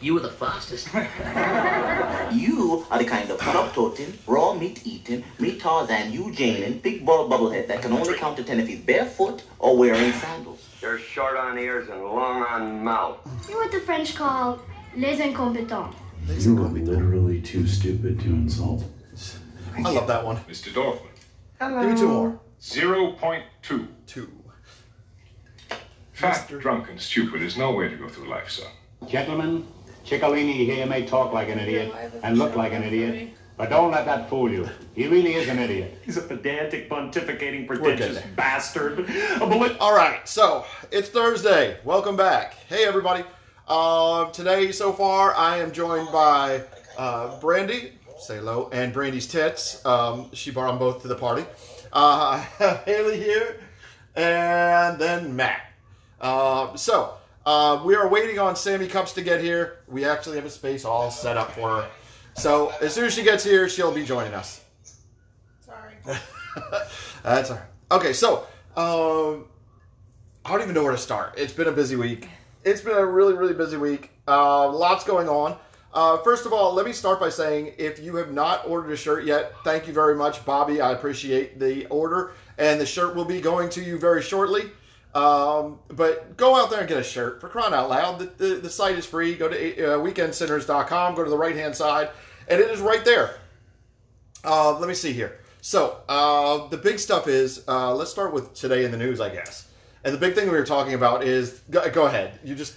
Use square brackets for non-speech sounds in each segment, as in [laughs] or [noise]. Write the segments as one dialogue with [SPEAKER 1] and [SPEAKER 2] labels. [SPEAKER 1] You were the fastest.
[SPEAKER 2] You are the kind of cup toting, raw meat eating, meat Tarzan, you Jane, and big ball bubblehead that can only count to ten if he's barefoot or wearing sandals.
[SPEAKER 3] You're short on ears and long on mouth.
[SPEAKER 4] You're what the French call les incompetents.
[SPEAKER 5] You were literally too stupid to insult.
[SPEAKER 6] I love that one.
[SPEAKER 7] Mr. Dolphin,
[SPEAKER 6] Give me two more.
[SPEAKER 7] 0.2.
[SPEAKER 6] Two.
[SPEAKER 7] Fat, drunk, and stupid is no way to go through life, son.
[SPEAKER 8] Gentlemen, Ciccolini here may talk like an idiot and look like an idiot, but don't let that fool you. He really is an idiot.
[SPEAKER 9] He's a pedantic, pontificating,
[SPEAKER 6] good
[SPEAKER 9] pretentious
[SPEAKER 6] there.
[SPEAKER 9] bastard. [laughs] A bullet.
[SPEAKER 6] All right, so it's Thursday. Welcome back. Hey, everybody. Uh, today, so far, I am joined by uh, Brandy, say hello, and Brandy's tits. Um, she brought them both to the party. Uh, [laughs] Haley here, and then Matt. Uh, so, uh, we are waiting on Sammy Cups to get here. We actually have a space all set up for her. So, as soon as she gets here, she'll be joining us.
[SPEAKER 10] Sorry.
[SPEAKER 6] [laughs] That's all right. Okay, so um, I don't even know where to start. It's been a busy week. It's been a really, really busy week. Uh, lots going on. Uh, first of all, let me start by saying if you have not ordered a shirt yet, thank you very much, Bobby. I appreciate the order, and the shirt will be going to you very shortly. Um, but go out there and get a shirt for crying out loud. The, the, the site is free. Go to uh, weekendcenters.com, go to the right hand side, and it is right there. Uh, let me see here. So uh, the big stuff is uh, let's start with today in the news, I guess. And the big thing we were talking about is go, go ahead. You just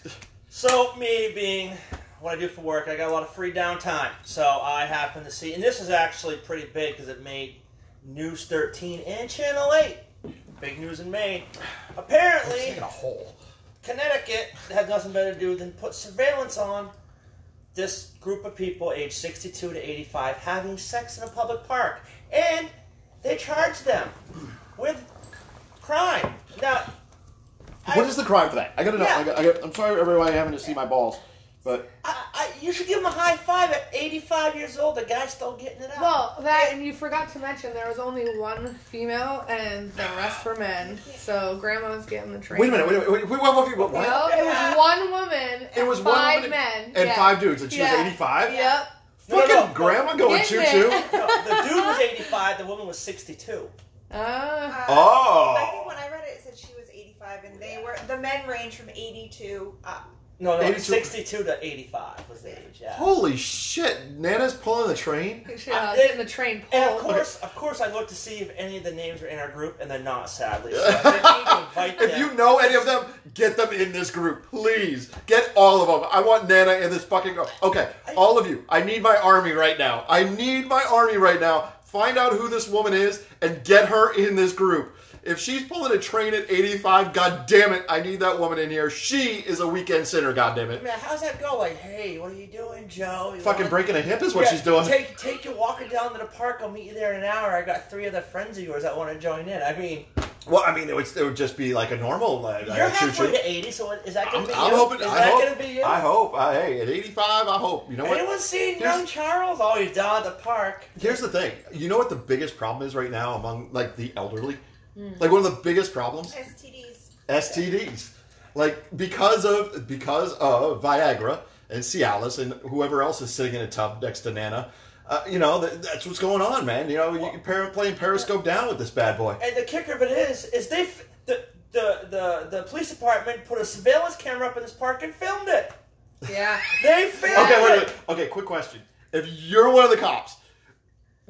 [SPEAKER 10] So me being what I do for work, I got a lot of free downtime. So I happen to see, and this is actually pretty big because it made News 13 and Channel 8. Big news in Maine. Apparently,
[SPEAKER 6] taking a hole.
[SPEAKER 10] Connecticut had nothing better to do than put surveillance on this group of people aged 62 to 85 having sex in a public park. And they charged them with crime. Now, I-
[SPEAKER 6] What is the crime for that? I gotta know. I
[SPEAKER 10] Yeah.
[SPEAKER 6] got, I got, I'm sorry, everybody, having to see my balls, but
[SPEAKER 10] I, I, you should give him a high five at 85 years old. The guy's still getting it out.
[SPEAKER 11] Well, that and you forgot to mention there was only one female and the rest were men. So grandma's getting the train.
[SPEAKER 6] wait a minute, wait a minute, wait, wait, wait, wait, wait, what?
[SPEAKER 11] No, it was one woman.
[SPEAKER 6] It was
[SPEAKER 11] and
[SPEAKER 6] one
[SPEAKER 11] five
[SPEAKER 6] woman
[SPEAKER 11] men
[SPEAKER 6] and
[SPEAKER 11] Yeah.
[SPEAKER 6] five dudes, and she was Oh,
[SPEAKER 11] Yeah.
[SPEAKER 6] 85.
[SPEAKER 11] Yep.
[SPEAKER 10] No, no,
[SPEAKER 6] Fucking
[SPEAKER 10] no.
[SPEAKER 6] grandma going choo
[SPEAKER 11] Getting
[SPEAKER 6] choo.
[SPEAKER 11] it.
[SPEAKER 10] No, the
[SPEAKER 8] [laughs]
[SPEAKER 10] dude was 85, the woman was 62.
[SPEAKER 11] Ah.
[SPEAKER 10] Uh,
[SPEAKER 6] Oh.
[SPEAKER 10] I I think think when when I- I- no,
[SPEAKER 12] I read it, it said she was 85, and they were the men range from 82 up.
[SPEAKER 10] no,
[SPEAKER 6] 82.
[SPEAKER 10] 62 to 85 was the age, yeah.
[SPEAKER 6] Holy shit! Nana's pulling the train.
[SPEAKER 8] uh,
[SPEAKER 11] Yeah, getting the train
[SPEAKER 10] And of
[SPEAKER 11] pulled.
[SPEAKER 10] course, of course, I looked to see if any of the names were in our group, and they're not,
[SPEAKER 6] [laughs]
[SPEAKER 10] sadly. So I think we can invite
[SPEAKER 6] If
[SPEAKER 10] them.
[SPEAKER 6] you know any of them, get them in this group, please. Get all of them. I want Nana in this fucking group. Okay, all of you. I need my army right now. I need my army right now. Find out who this woman is and get her in this group. If she's pulling a train at 85, god damn it, I need that woman in here. She is a weekend sinner, god damn
[SPEAKER 10] I
[SPEAKER 6] it.
[SPEAKER 10] mean, how's that go? Like, hey, what are you doing, Joe? You
[SPEAKER 6] Fucking
[SPEAKER 10] wanna-
[SPEAKER 6] breaking a hip is what
[SPEAKER 10] Yeah,
[SPEAKER 6] she's doing.
[SPEAKER 10] Take, take you walking down to the park. I'll meet you there in an hour. I got three other friends of yours that want to join in. I mean,
[SPEAKER 6] Well, I mean, it would, it would just be like a normal uh,
[SPEAKER 10] you're
[SPEAKER 6] uh, choo-choo.
[SPEAKER 10] halfway to 80, so is that going
[SPEAKER 6] I'm,
[SPEAKER 10] to be
[SPEAKER 6] I'm
[SPEAKER 10] you?
[SPEAKER 6] hoping.
[SPEAKER 10] Is
[SPEAKER 6] I
[SPEAKER 10] that
[SPEAKER 6] hope,
[SPEAKER 10] going to be you?
[SPEAKER 6] I hope. I, hey, at 85, I hope. You know what?
[SPEAKER 10] Anyone seen
[SPEAKER 6] Here's-
[SPEAKER 10] young Charles? Oh, he's down at the park.
[SPEAKER 6] Here's the thing. You know what the biggest problem is right now among like the elderly? Like one of the biggest problems?
[SPEAKER 12] STDs.
[SPEAKER 6] STDs. Like because of because of Viagra and Cialis and whoever else is sitting in a tub next to Nana. Uh, you know that, that's what's going on, man. You know you par- playing Periscope down with this bad boy.
[SPEAKER 10] And the kicker of it is, is they f- the, the the the police department put a surveillance camera up in this park and filmed it.
[SPEAKER 11] yeah.
[SPEAKER 10] They filmed
[SPEAKER 6] Okay, wait,
[SPEAKER 10] it.
[SPEAKER 6] wait. Okay, quick question. If you're one of the cops,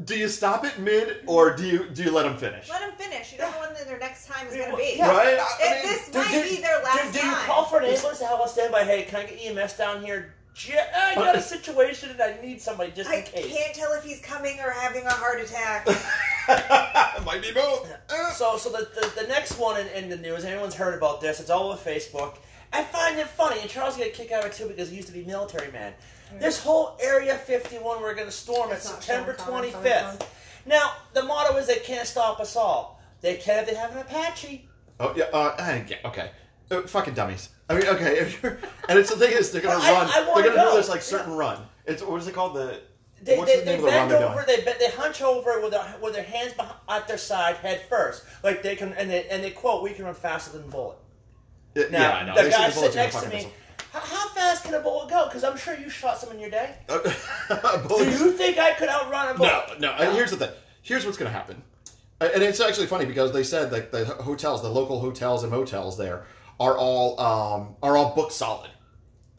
[SPEAKER 6] do you stop it mid or do you do you let him finish?
[SPEAKER 12] Let them finish. You don't know when their next time is going to
[SPEAKER 10] Well,
[SPEAKER 12] be.
[SPEAKER 10] yeah.
[SPEAKER 6] Right?
[SPEAKER 12] If this
[SPEAKER 10] Do-
[SPEAKER 12] might
[SPEAKER 10] do-
[SPEAKER 12] be their last
[SPEAKER 10] do, do you
[SPEAKER 12] time.
[SPEAKER 10] call for an ambulance to have us stand by? Hey, can I get EMS down here? J- I got a situation and I need somebody just
[SPEAKER 12] I
[SPEAKER 10] in case.
[SPEAKER 12] can't tell if he's coming or having a
[SPEAKER 6] [laughs]
[SPEAKER 12] heart attack.
[SPEAKER 6] Ah, it might be both. Uh,
[SPEAKER 10] So, so the, the, the next one in, in the news, anyone's heard about this, it's all over Facebook. I find it funny, and Charles going to kick out of it too because he used to be military man. This whole Area 51 we're going to storm
[SPEAKER 12] It's
[SPEAKER 10] at
[SPEAKER 12] not
[SPEAKER 10] September
[SPEAKER 12] showing comment,
[SPEAKER 10] 25th.
[SPEAKER 12] showing comment.
[SPEAKER 10] Now, the motto is they can't stop us all. They can if they have an Apache.
[SPEAKER 6] Oh yeah, uh, I get okay. Uh, fucking dummies. I mean, okay, [laughs] if you're, and it's the thing is they're gonna
[SPEAKER 10] I-
[SPEAKER 6] run.
[SPEAKER 10] I wanna
[SPEAKER 6] they're gonna
[SPEAKER 10] go.
[SPEAKER 6] do this like certain run. It's what is it called? The
[SPEAKER 10] They,
[SPEAKER 6] what's
[SPEAKER 10] they,
[SPEAKER 6] the
[SPEAKER 10] they
[SPEAKER 6] name of the run
[SPEAKER 10] bend
[SPEAKER 6] they're
[SPEAKER 10] over,
[SPEAKER 6] doing?
[SPEAKER 10] they, bend- they hunch over with their, with their hands behind, at their side, head first. Like they can, and they, and they quote, we can run faster than a bullet.
[SPEAKER 6] Yeah,
[SPEAKER 10] Now,
[SPEAKER 6] I know.
[SPEAKER 10] the
[SPEAKER 6] They shoot
[SPEAKER 10] guy
[SPEAKER 6] the bullets in
[SPEAKER 10] sitting
[SPEAKER 6] the
[SPEAKER 10] next to
[SPEAKER 6] fucking
[SPEAKER 10] me,
[SPEAKER 6] missile.
[SPEAKER 10] How, how fast can a bullet go? Because I'm sure you shot some in your day.
[SPEAKER 6] [laughs] a
[SPEAKER 10] Do
[SPEAKER 6] bullet is-
[SPEAKER 10] you think I could outrun a
[SPEAKER 6] No,
[SPEAKER 10] bullet?
[SPEAKER 6] no. And here's the thing. Here's what's going to happen. Uh, And and it's actually funny because they said like the hotels, the local hotels and motels there are all um, are all booked solid.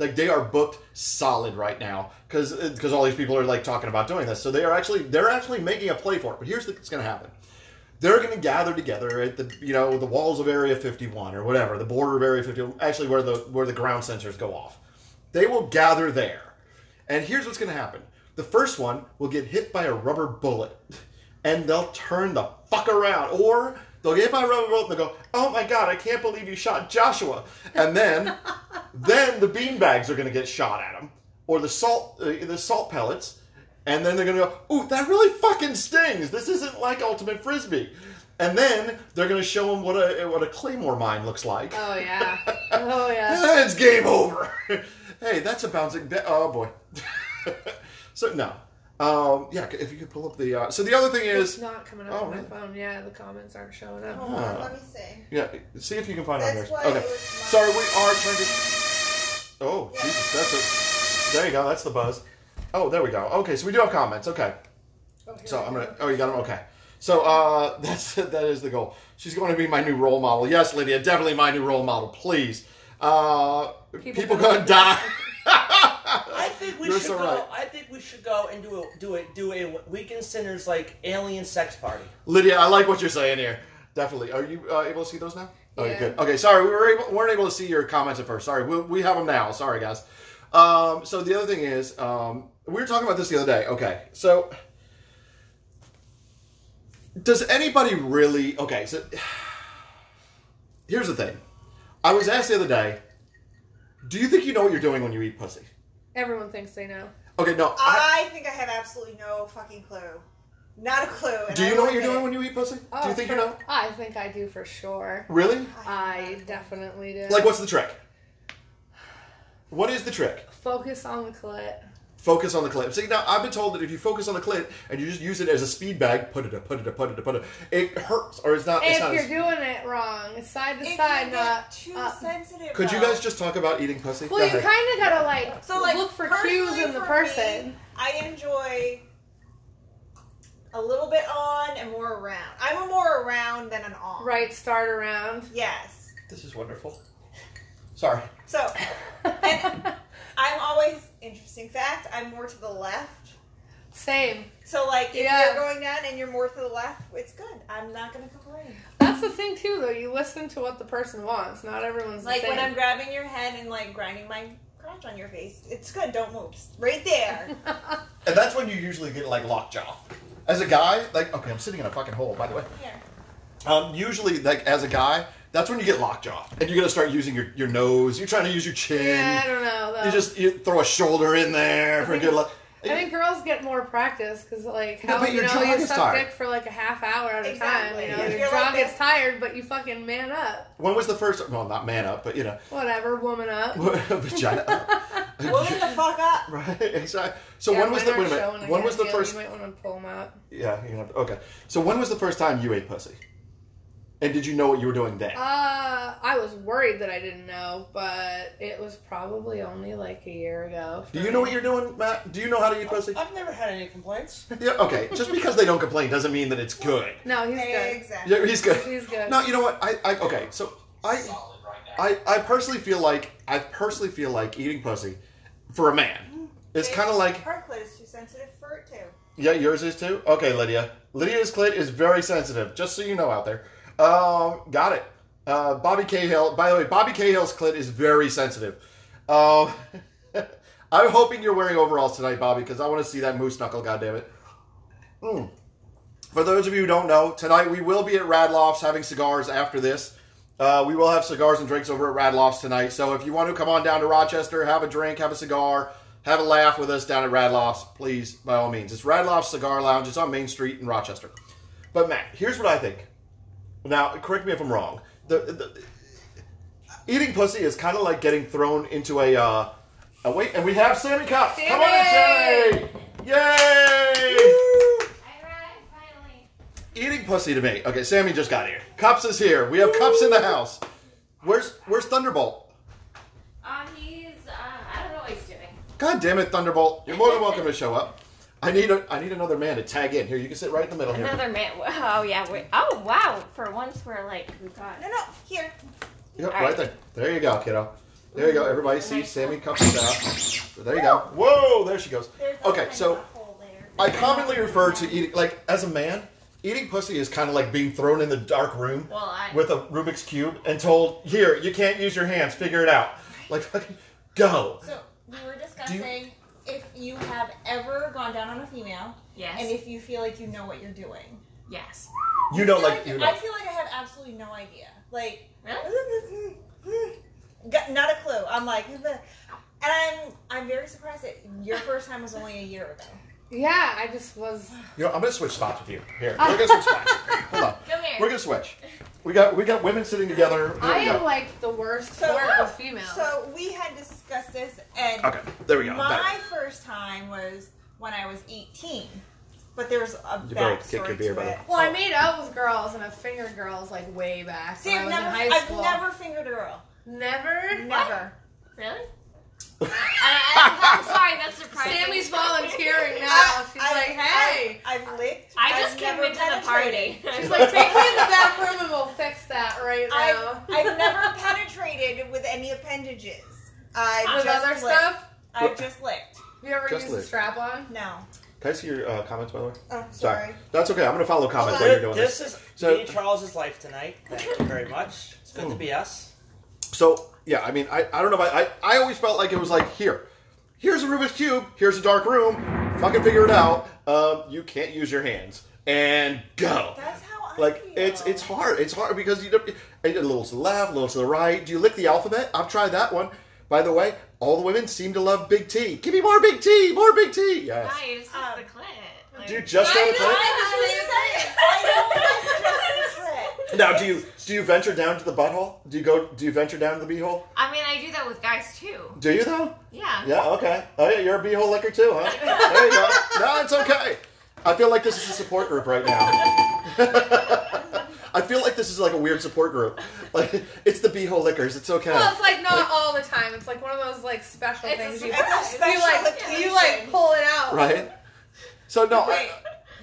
[SPEAKER 6] Like they are booked solid right now because because all these people are like talking about doing this. So they are actually they're actually making a play for it. But here's the, what's going to happen. They're going to gather together at the you know the walls of Area 51 or whatever the border of Area 51. Actually, where the where the ground sensors go off, they will gather there. And here's what's going to happen. The first one will get hit by a rubber bullet, and they'll turn the fuck around. Or they'll get hit by a rubber bullet and they'll go, oh my god, I can't believe you shot Joshua. And then, then the beanbags are going to get shot at them, or the salt, uh, the salt pellets, and then they're going to go, ooh, that really fucking stings. This isn't like Ultimate Frisbee. And then they're going to show them what a what a claymore mine looks like.
[SPEAKER 10] Uh.
[SPEAKER 11] Oh yeah. Oh
[SPEAKER 10] [laughs]
[SPEAKER 11] yeah.
[SPEAKER 6] Ah, [laughs] it's game over. [laughs] hey, that's a bouncing. Be- oh boy. [laughs] so no. Um, yeah, if you could pull up the. Uh, so the other thing
[SPEAKER 11] It's
[SPEAKER 6] is,
[SPEAKER 11] not coming up
[SPEAKER 6] Oh,
[SPEAKER 11] on my
[SPEAKER 6] really?
[SPEAKER 11] phone. Yeah, the comments aren't showing up.
[SPEAKER 10] Oh,
[SPEAKER 12] Hold on, let me see.
[SPEAKER 6] yeah, see if you can find it on yours.
[SPEAKER 12] That's why
[SPEAKER 6] Okay.
[SPEAKER 12] it was mine.
[SPEAKER 6] Sorry, we are trying to. Oh Jesus, that's it. There you go. That's the buzz. Oh, there we go. Okay, so we do have comments. Okay. So I'm gonna. Oh, you got him. Okay. So uh, [laughs] that's that is the goal. She's going to be my new role model. Yes, Lydia, definitely my new role model. Please. Uh, people,
[SPEAKER 11] gonna
[SPEAKER 6] gonna die. [laughs]
[SPEAKER 10] I think we
[SPEAKER 6] You're
[SPEAKER 10] should
[SPEAKER 6] so
[SPEAKER 10] go.
[SPEAKER 6] right.
[SPEAKER 10] I think we should go and do a do it do a weekend sinners like alien sex party.
[SPEAKER 6] Lydia, I like what you're saying here. Definitely. Are you uh, able to see those now? Okay,
[SPEAKER 11] Yeah.
[SPEAKER 6] good. Okay, sorry, we were able, weren't able to see your comments at first. Sorry, we, we have them now. Sorry, guys. Um, so the other thing is, um, we were talking about this the other day. Okay, so does anybody really? Okay, so [sighs] here's the thing. I was asked the other day, do you think you know what you're doing when you eat pussy?
[SPEAKER 11] Everyone thinks they know.
[SPEAKER 6] Okay, no. I,
[SPEAKER 12] I think I have absolutely no fucking clue. Not a clue. and
[SPEAKER 6] do
[SPEAKER 12] I
[SPEAKER 6] you know
[SPEAKER 12] like
[SPEAKER 6] what you're
[SPEAKER 12] it.
[SPEAKER 6] doing when you eat pussy? do
[SPEAKER 10] Oh,
[SPEAKER 6] you think you
[SPEAKER 11] for-
[SPEAKER 6] know?
[SPEAKER 11] Oh, I think I do for sure.
[SPEAKER 6] Really?
[SPEAKER 11] I definitely do.
[SPEAKER 6] Like, what's the trick? What is the trick?
[SPEAKER 11] Focus on the clit.
[SPEAKER 6] Focus on the clit. See, now I've been told that if you focus on the clit and you just use it as a speed bag, put it up, put it up, put it up, put it up, it hurts or it's not. It's
[SPEAKER 11] If
[SPEAKER 6] not
[SPEAKER 11] you're
[SPEAKER 6] as-
[SPEAKER 11] doing it wrong, it's side to
[SPEAKER 12] It
[SPEAKER 11] side,
[SPEAKER 12] can
[SPEAKER 11] not
[SPEAKER 12] get too
[SPEAKER 11] up.
[SPEAKER 12] sensitive.
[SPEAKER 6] Could you
[SPEAKER 12] though.
[SPEAKER 6] guys just talk about eating pussy?
[SPEAKER 11] Well,
[SPEAKER 6] Go
[SPEAKER 11] you kind
[SPEAKER 6] ahead.
[SPEAKER 11] of gotta like,
[SPEAKER 12] So, like,
[SPEAKER 11] look for cues
[SPEAKER 12] personally
[SPEAKER 11] in the
[SPEAKER 12] for
[SPEAKER 11] person.
[SPEAKER 12] me, I enjoy a little bit on and more around. I'm a more around than an on.
[SPEAKER 11] Right, start around.
[SPEAKER 12] Yes.
[SPEAKER 10] This is wonderful.
[SPEAKER 6] Sorry.
[SPEAKER 12] So I'm always interesting fact. I'm more to the left.
[SPEAKER 11] [laughs] Same.
[SPEAKER 12] So like if
[SPEAKER 11] Yes.
[SPEAKER 12] you're going down and you're more to the left, it's good. I'm not gonna complain.
[SPEAKER 11] That's the thing too, though. You listen to what the person wants. Not everyone's
[SPEAKER 12] Like
[SPEAKER 11] the same.
[SPEAKER 12] when I'm grabbing your head and like grinding my crotch on your face, it's good. Don't move.
[SPEAKER 11] [laughs]
[SPEAKER 12] Right there.
[SPEAKER 6] And that's when you usually get like lockjaw. As a guy, like okay, I'm sitting in a fucking hole, by the way.
[SPEAKER 12] Here.
[SPEAKER 6] Um, usually, like as a guy, that's when you get lockjaw, and you're gonna start using your, your nose. You're trying to use your chin.
[SPEAKER 11] yeah, I don't know. Though.
[SPEAKER 6] you just you throw a shoulder in there for a good luck.
[SPEAKER 11] I think girls get more practice because, like,
[SPEAKER 6] No,
[SPEAKER 11] how
[SPEAKER 6] but
[SPEAKER 11] you
[SPEAKER 6] your
[SPEAKER 11] know
[SPEAKER 6] jaw
[SPEAKER 11] you
[SPEAKER 6] gets
[SPEAKER 11] suck
[SPEAKER 6] tired.
[SPEAKER 11] dick for like a half hour at a
[SPEAKER 12] Exactly.
[SPEAKER 11] time. You
[SPEAKER 12] Yeah.
[SPEAKER 11] know, your
[SPEAKER 12] You're
[SPEAKER 11] jaw
[SPEAKER 12] like
[SPEAKER 11] gets
[SPEAKER 12] this-
[SPEAKER 11] tired, but you fucking man up.
[SPEAKER 6] When was the first? Well, not man up, but you know,
[SPEAKER 11] Whatever, woman up.
[SPEAKER 6] [laughs] vagina
[SPEAKER 11] [laughs]
[SPEAKER 6] up. [laughs]
[SPEAKER 12] Woman the fuck up.
[SPEAKER 6] right? Exactly. So
[SPEAKER 11] Yeah,
[SPEAKER 6] when was the
[SPEAKER 11] women
[SPEAKER 6] wait a
[SPEAKER 11] are
[SPEAKER 6] minute?
[SPEAKER 11] showing, I
[SPEAKER 6] When
[SPEAKER 11] gotta
[SPEAKER 6] was the
[SPEAKER 11] feel
[SPEAKER 6] first?
[SPEAKER 11] You might want to pull them up.
[SPEAKER 6] Yeah, you're gonna have to, okay. So when was the first time you ate pussy? And did you know what you were doing then?
[SPEAKER 11] Uh, I was worried that I didn't know, but it was probably only like a year ago.
[SPEAKER 6] Do you know what you're doing, Matt? Do you know how to eat pussy?
[SPEAKER 11] Oh.
[SPEAKER 10] I've never had any complaints.
[SPEAKER 6] Yeah. Okay. Just because they don't complain doesn't mean that it's good.
[SPEAKER 11] [laughs] No, he's good.
[SPEAKER 12] Exactly.
[SPEAKER 6] Yeah, he's good. [laughs]
[SPEAKER 11] He's good.
[SPEAKER 6] No, you know what? I, I okay. So I, I, I personally feel like I personally feel like eating pussy for a man. It's kind of like
[SPEAKER 12] her clit is too sensitive for it too.
[SPEAKER 6] Yeah, yours is too? Okay, Lydia. Lydia's clit is very sensitive, just so you know out there. Um, got it. Uh, Bobby Cahill, by the way, Bobby Cahill's clit is very sensitive. Um, [laughs] I'm hoping you're wearing overalls tonight, Bobby, because I want to see that moose knuckle, goddammit. Mm. For those of you who don't know, tonight we will be at Radloff's having cigars after this. Uh, we will have cigars and drinks over at Radloff's tonight. So if you want to come on down to Rochester, have a drink, have a cigar, have a laugh with us down at Radloff's, please, by all means. It's Radloff's Cigar Lounge. It's on Main Street in Rochester. But Matt, here's what I think. Now, correct me if I'm wrong. The, the, eating pussy is kind of like getting thrown into a. Uh, a wait, and we have Sammy Cox. Come on in, Sammy!
[SPEAKER 11] Sammy!
[SPEAKER 6] Yay!
[SPEAKER 4] finally.
[SPEAKER 6] Eating pussy to me. Okay, Sammy just got here. Cups is here. We have cups in the house. Where's Where's Thunderbolt?
[SPEAKER 1] Um, he's
[SPEAKER 12] Uh,
[SPEAKER 6] God damn it, Thunderbolt! You're more than welcome to show up. I need a, I need another man to tag in. Here, you can sit right in the middle here.
[SPEAKER 1] Another man. [laughs] Oh yeah. Wait. Oh wow. For once we're like, we got.
[SPEAKER 12] No, no, here.
[SPEAKER 6] Yep,
[SPEAKER 1] All
[SPEAKER 6] right.
[SPEAKER 1] right.
[SPEAKER 6] there. There you go, kiddo. There you go. Everybody see Sammy comes out. So there you go. Whoa, there she goes. Okay, so I commonly refer to eating like as a man, eating pussy is kind of like being thrown in the dark room
[SPEAKER 1] Well, I-
[SPEAKER 6] with a Rubik's cube and told, "Here, you can't use your hands. Figure it out." Like, fucking go.
[SPEAKER 12] So we were discussing if you have ever gone down on a female,
[SPEAKER 1] Yes.
[SPEAKER 12] and if you feel like you know what you're doing.
[SPEAKER 1] Yes.
[SPEAKER 6] You know,
[SPEAKER 12] I feel
[SPEAKER 6] like you know.
[SPEAKER 12] I feel like I have absolutely no idea. Like,
[SPEAKER 1] Really?
[SPEAKER 12] [laughs] got- not a clue. I'm like, [laughs] and I'm I'm very surprised that your first time was only a year ago.
[SPEAKER 11] Yeah, I just was.
[SPEAKER 6] You know, I'm gonna switch spots with you. Here, we're gonna switch spots. Hold on.
[SPEAKER 11] Come here.
[SPEAKER 6] We're gonna switch. We got we got women sitting together. Here
[SPEAKER 11] I
[SPEAKER 6] we go.
[SPEAKER 11] am like the worst
[SPEAKER 12] So-
[SPEAKER 11] sort of female.
[SPEAKER 12] So we had discussed this, and
[SPEAKER 6] Okay, there we go.
[SPEAKER 12] My
[SPEAKER 6] Better.
[SPEAKER 12] first time was when I was 18, but there was a
[SPEAKER 6] You better
[SPEAKER 12] backstory
[SPEAKER 6] kick your beer,
[SPEAKER 12] to
[SPEAKER 6] by the
[SPEAKER 12] it.
[SPEAKER 6] way.
[SPEAKER 11] well, I made out with girls and I fingered girls like way back.
[SPEAKER 12] See,
[SPEAKER 11] when I
[SPEAKER 12] I've
[SPEAKER 11] was
[SPEAKER 12] never,
[SPEAKER 11] in high
[SPEAKER 12] I've
[SPEAKER 11] school.
[SPEAKER 12] never fingered a girl.
[SPEAKER 11] Never?
[SPEAKER 12] Never.
[SPEAKER 6] [laughs]
[SPEAKER 1] Really? I, am sorry. That's surprising.
[SPEAKER 11] Sammy's volunteering now. She's
[SPEAKER 12] I-
[SPEAKER 11] like, hey.
[SPEAKER 12] I, have licked.
[SPEAKER 1] I
[SPEAKER 12] I've
[SPEAKER 1] just came
[SPEAKER 12] never
[SPEAKER 1] into the
[SPEAKER 12] penetrated.
[SPEAKER 1] party.
[SPEAKER 11] She's like, take me in the back room and we'll fix that right
[SPEAKER 12] I've,
[SPEAKER 11] now. [laughs]
[SPEAKER 12] I've never penetrated with any appendages. I've
[SPEAKER 11] With
[SPEAKER 12] just
[SPEAKER 11] other
[SPEAKER 12] licked.
[SPEAKER 11] stuff?
[SPEAKER 12] I've just licked.
[SPEAKER 11] You ever
[SPEAKER 6] Just
[SPEAKER 11] use a
[SPEAKER 6] lick.
[SPEAKER 11] strap on?
[SPEAKER 12] No.
[SPEAKER 6] Can I see your uh, comments, by the way?
[SPEAKER 12] Oh,
[SPEAKER 6] Sorry.
[SPEAKER 12] sorry.
[SPEAKER 6] That's okay. I'm gonna follow comments while you're doing
[SPEAKER 10] this
[SPEAKER 6] this.
[SPEAKER 10] is
[SPEAKER 6] So-
[SPEAKER 10] me and Charles's life tonight. Thank you very much. It's good to be us.
[SPEAKER 6] So yeah, I mean, I, I don't know. If I, I I always felt like it was like here, here's a Rubik's cube, here's a dark room, fucking figure it out. Um, you can't use your hands and go.
[SPEAKER 12] That's how I
[SPEAKER 6] Like
[SPEAKER 12] feel.
[SPEAKER 6] it's it's hard. It's hard because you don't, a little to the left, a little to the right. Do you lick the alphabet? I've tried that one. By the way, all the women seem to love Big T. Give me more Big T, more Big T. Yes.
[SPEAKER 1] Nice. It's
[SPEAKER 12] Um,
[SPEAKER 1] the clit. Like,
[SPEAKER 6] Do you just know the clit?
[SPEAKER 11] [laughs]
[SPEAKER 6] [laughs] Now, do you do you venture down to the butthole? Do you go? Do you venture down to the beehole?
[SPEAKER 1] I mean, I do that with guys too.
[SPEAKER 6] Do you though?
[SPEAKER 1] Yeah.
[SPEAKER 6] Yeah, okay. Oh, yeah, you're a beehole licker too, huh? There you go. No, it's okay. I feel like this is a support group right now. [laughs] I feel like this is like a weird support group. Like, it's the beehole lickers. It's okay.
[SPEAKER 11] Well, it's like not all the time. It's like one of those like special
[SPEAKER 1] It's a
[SPEAKER 11] things.
[SPEAKER 1] surprise.
[SPEAKER 12] It's a
[SPEAKER 11] [laughs] you like
[SPEAKER 12] special
[SPEAKER 11] you like
[SPEAKER 12] occasion.
[SPEAKER 11] pull it out. [laughs]
[SPEAKER 6] Right? So, no. I-
[SPEAKER 12] Wait,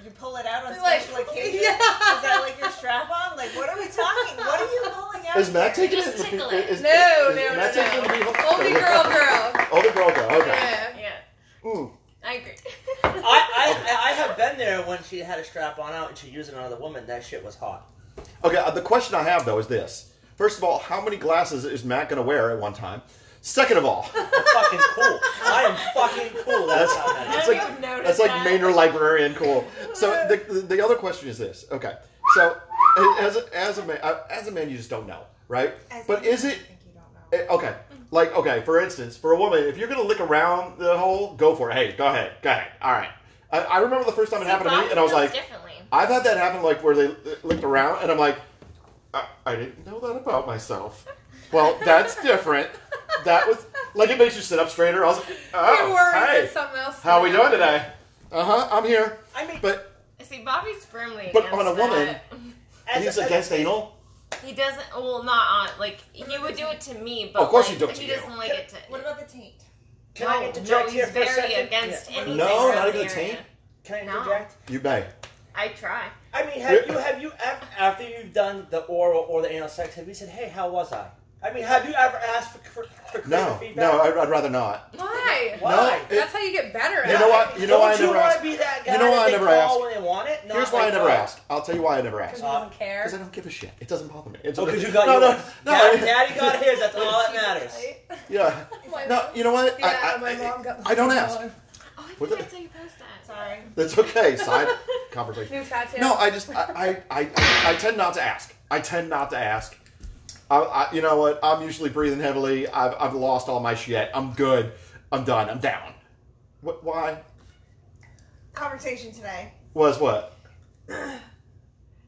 [SPEAKER 12] you pull it out on
[SPEAKER 11] You're like,
[SPEAKER 12] special occasion?
[SPEAKER 11] [laughs] yeah.
[SPEAKER 12] Is that like your strap on? Like, what are we talking? What are you pulling out?
[SPEAKER 6] is Matt
[SPEAKER 12] here?
[SPEAKER 6] taking
[SPEAKER 1] Just
[SPEAKER 6] it?
[SPEAKER 1] tickle
[SPEAKER 6] Is-
[SPEAKER 1] it.
[SPEAKER 6] is-
[SPEAKER 11] No,
[SPEAKER 6] is
[SPEAKER 11] no,
[SPEAKER 6] Matt
[SPEAKER 11] no.
[SPEAKER 6] taking the beehole?
[SPEAKER 11] Only girl, girl.
[SPEAKER 6] Older girl, girl. Okay.
[SPEAKER 11] Yeah.
[SPEAKER 1] Yeah.
[SPEAKER 6] Ooh.
[SPEAKER 1] I agree.
[SPEAKER 10] I, I, I have been there when she had a strap on out and she used it on another woman. That shit was hot. [laughs]
[SPEAKER 6] Okay, uh, the question I have, though, is this. First of all, how many glasses is Matt going to wear at one time? Second of all,
[SPEAKER 10] fucking cool. I am fucking cool. [laughs] That's how that is.
[SPEAKER 6] That's
[SPEAKER 1] Have
[SPEAKER 6] like,
[SPEAKER 1] you noticed
[SPEAKER 6] that's like
[SPEAKER 1] that?
[SPEAKER 6] Manor librarian cool. So the, the, the other question is this. Okay. So as a, as a man uh, as a man you just don't know, right?
[SPEAKER 12] As
[SPEAKER 6] but
[SPEAKER 12] a-
[SPEAKER 6] is
[SPEAKER 12] I
[SPEAKER 6] it
[SPEAKER 12] think you don't know.
[SPEAKER 6] eh, okay? Like okay, for instance, for a woman, if you're gonna lick around the hole, go for it. Hey, go ahead, go ahead. All right. I, I remember the first time it
[SPEAKER 1] See,
[SPEAKER 6] happened to me,
[SPEAKER 1] Bob
[SPEAKER 6] and I was
[SPEAKER 1] feels
[SPEAKER 6] like,
[SPEAKER 1] differently.
[SPEAKER 6] I've had that happen, like where they li- licked around, and I'm like, I, I didn't know that about myself. Well, that's different. That was like it makes you sit up straighter. I was like,
[SPEAKER 11] You're
[SPEAKER 6] oh,
[SPEAKER 11] worried
[SPEAKER 6] hey.
[SPEAKER 11] that something else.
[SPEAKER 6] How are we doing today? Uh huh. I'm here.
[SPEAKER 10] I mean,
[SPEAKER 6] But
[SPEAKER 1] See, Bobby's firmly.
[SPEAKER 6] But
[SPEAKER 1] against
[SPEAKER 6] on a woman-
[SPEAKER 1] that.
[SPEAKER 10] as
[SPEAKER 6] he's
[SPEAKER 10] a-
[SPEAKER 6] against anal.
[SPEAKER 1] he doesn't. Well, not on. Like he would do it to me, but
[SPEAKER 6] Of course
[SPEAKER 1] like,
[SPEAKER 6] he'd do it to
[SPEAKER 1] he
[SPEAKER 6] you.
[SPEAKER 1] doesn't like it to.
[SPEAKER 12] What about the taint?
[SPEAKER 10] Can
[SPEAKER 1] no,
[SPEAKER 10] I interject
[SPEAKER 1] no,
[SPEAKER 10] here
[SPEAKER 1] he's
[SPEAKER 10] for a
[SPEAKER 1] very
[SPEAKER 10] second?
[SPEAKER 1] against
[SPEAKER 10] Yeah.
[SPEAKER 1] anything.
[SPEAKER 6] No,
[SPEAKER 1] around
[SPEAKER 6] not
[SPEAKER 1] the
[SPEAKER 6] even the
[SPEAKER 1] area.
[SPEAKER 6] taint?
[SPEAKER 10] Can I
[SPEAKER 1] No.
[SPEAKER 10] interject?
[SPEAKER 6] You may.
[SPEAKER 1] I try.
[SPEAKER 10] I mean, have you have you ever, after you've done the oral or the anal sex, have you said, "Hey, how was I"? I mean, have you ever asked for for, for creative
[SPEAKER 6] No,
[SPEAKER 10] feedback?
[SPEAKER 6] no, I'd, I'd rather not.
[SPEAKER 11] Why?
[SPEAKER 10] Why?
[SPEAKER 6] No, it-
[SPEAKER 11] That's how you get better. at
[SPEAKER 6] You know
[SPEAKER 11] it.
[SPEAKER 6] what? You know
[SPEAKER 10] Don't
[SPEAKER 6] why I
[SPEAKER 10] you
[SPEAKER 6] never
[SPEAKER 10] want
[SPEAKER 6] ask.
[SPEAKER 10] to be that guy
[SPEAKER 6] You know why
[SPEAKER 10] that
[SPEAKER 6] I
[SPEAKER 10] they
[SPEAKER 6] never
[SPEAKER 10] call
[SPEAKER 6] ask?
[SPEAKER 10] when they want it? Not
[SPEAKER 6] Here's why I
[SPEAKER 10] like,
[SPEAKER 6] never
[SPEAKER 10] oh,
[SPEAKER 6] ask. I'll tell you why I never ask.
[SPEAKER 11] Because he doesn't care.
[SPEAKER 6] Because I don't give a shit. It doesn't bother me. It's
[SPEAKER 10] Oh,
[SPEAKER 6] okay.
[SPEAKER 10] because you got
[SPEAKER 6] no,
[SPEAKER 10] yours.
[SPEAKER 6] no,
[SPEAKER 10] Daddy,
[SPEAKER 6] no.
[SPEAKER 10] daddy got his. That's all that matters.
[SPEAKER 6] [laughs] Yeah.
[SPEAKER 11] My
[SPEAKER 6] No,
[SPEAKER 11] mom-
[SPEAKER 6] you know
[SPEAKER 10] [laughs]
[SPEAKER 6] what?
[SPEAKER 11] Yeah,
[SPEAKER 6] I, I,
[SPEAKER 11] my mom got
[SPEAKER 6] I don't
[SPEAKER 11] my
[SPEAKER 6] ask.
[SPEAKER 11] mom.
[SPEAKER 1] Oh, I
[SPEAKER 6] What
[SPEAKER 1] think
[SPEAKER 6] the-
[SPEAKER 1] I saw you post that.
[SPEAKER 12] Sorry.
[SPEAKER 6] That's okay. Side
[SPEAKER 10] [laughs]
[SPEAKER 6] conversation.
[SPEAKER 11] New tattoo.
[SPEAKER 6] No, I just I I, I I tend not to ask. I tend not to ask. I, I you know what? I'm usually breathing heavily. I've I've lost all my shit. I'm good. I'm done. I'm down. What? Why?
[SPEAKER 12] Conversation today.
[SPEAKER 6] Was what?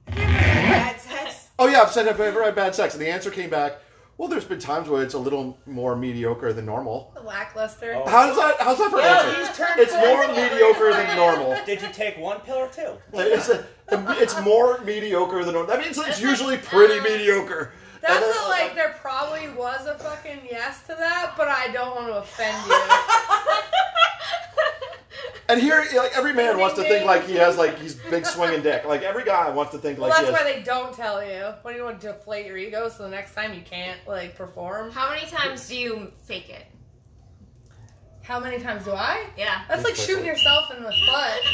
[SPEAKER 12] Bad
[SPEAKER 13] [laughs]
[SPEAKER 12] sex.
[SPEAKER 6] Oh yeah, I've said I've ever had bad sex, and the answer came back. Well, there's been times where it's a little more mediocre than normal.
[SPEAKER 11] lackluster.
[SPEAKER 10] Oh.
[SPEAKER 6] How's that? How's that for
[SPEAKER 10] Yeah, he's
[SPEAKER 6] answer?
[SPEAKER 10] turned
[SPEAKER 6] It's more mediocre than normal.
[SPEAKER 10] Did you take one pill or two?
[SPEAKER 6] Like, It's a, it's more mediocre than normal. That means it's
[SPEAKER 1] That's
[SPEAKER 6] usually
[SPEAKER 1] like,
[SPEAKER 6] pretty
[SPEAKER 1] uh,
[SPEAKER 6] mediocre.
[SPEAKER 11] That's
[SPEAKER 6] And
[SPEAKER 11] a,
[SPEAKER 6] then-
[SPEAKER 11] like there probably was a fucking yes to that, but I don't want to offend you.
[SPEAKER 6] And here, like every man wants to think like he has like he's big swinging dick. Like every guy wants to think
[SPEAKER 11] Well,
[SPEAKER 6] like he
[SPEAKER 11] that's
[SPEAKER 6] has.
[SPEAKER 11] why they don't tell you. What do you want to deflate your ego so the next time you can't like perform?
[SPEAKER 13] How many times do you fake it?
[SPEAKER 11] How many times do I?
[SPEAKER 13] Yeah.
[SPEAKER 11] That's like shooting yourself in the foot.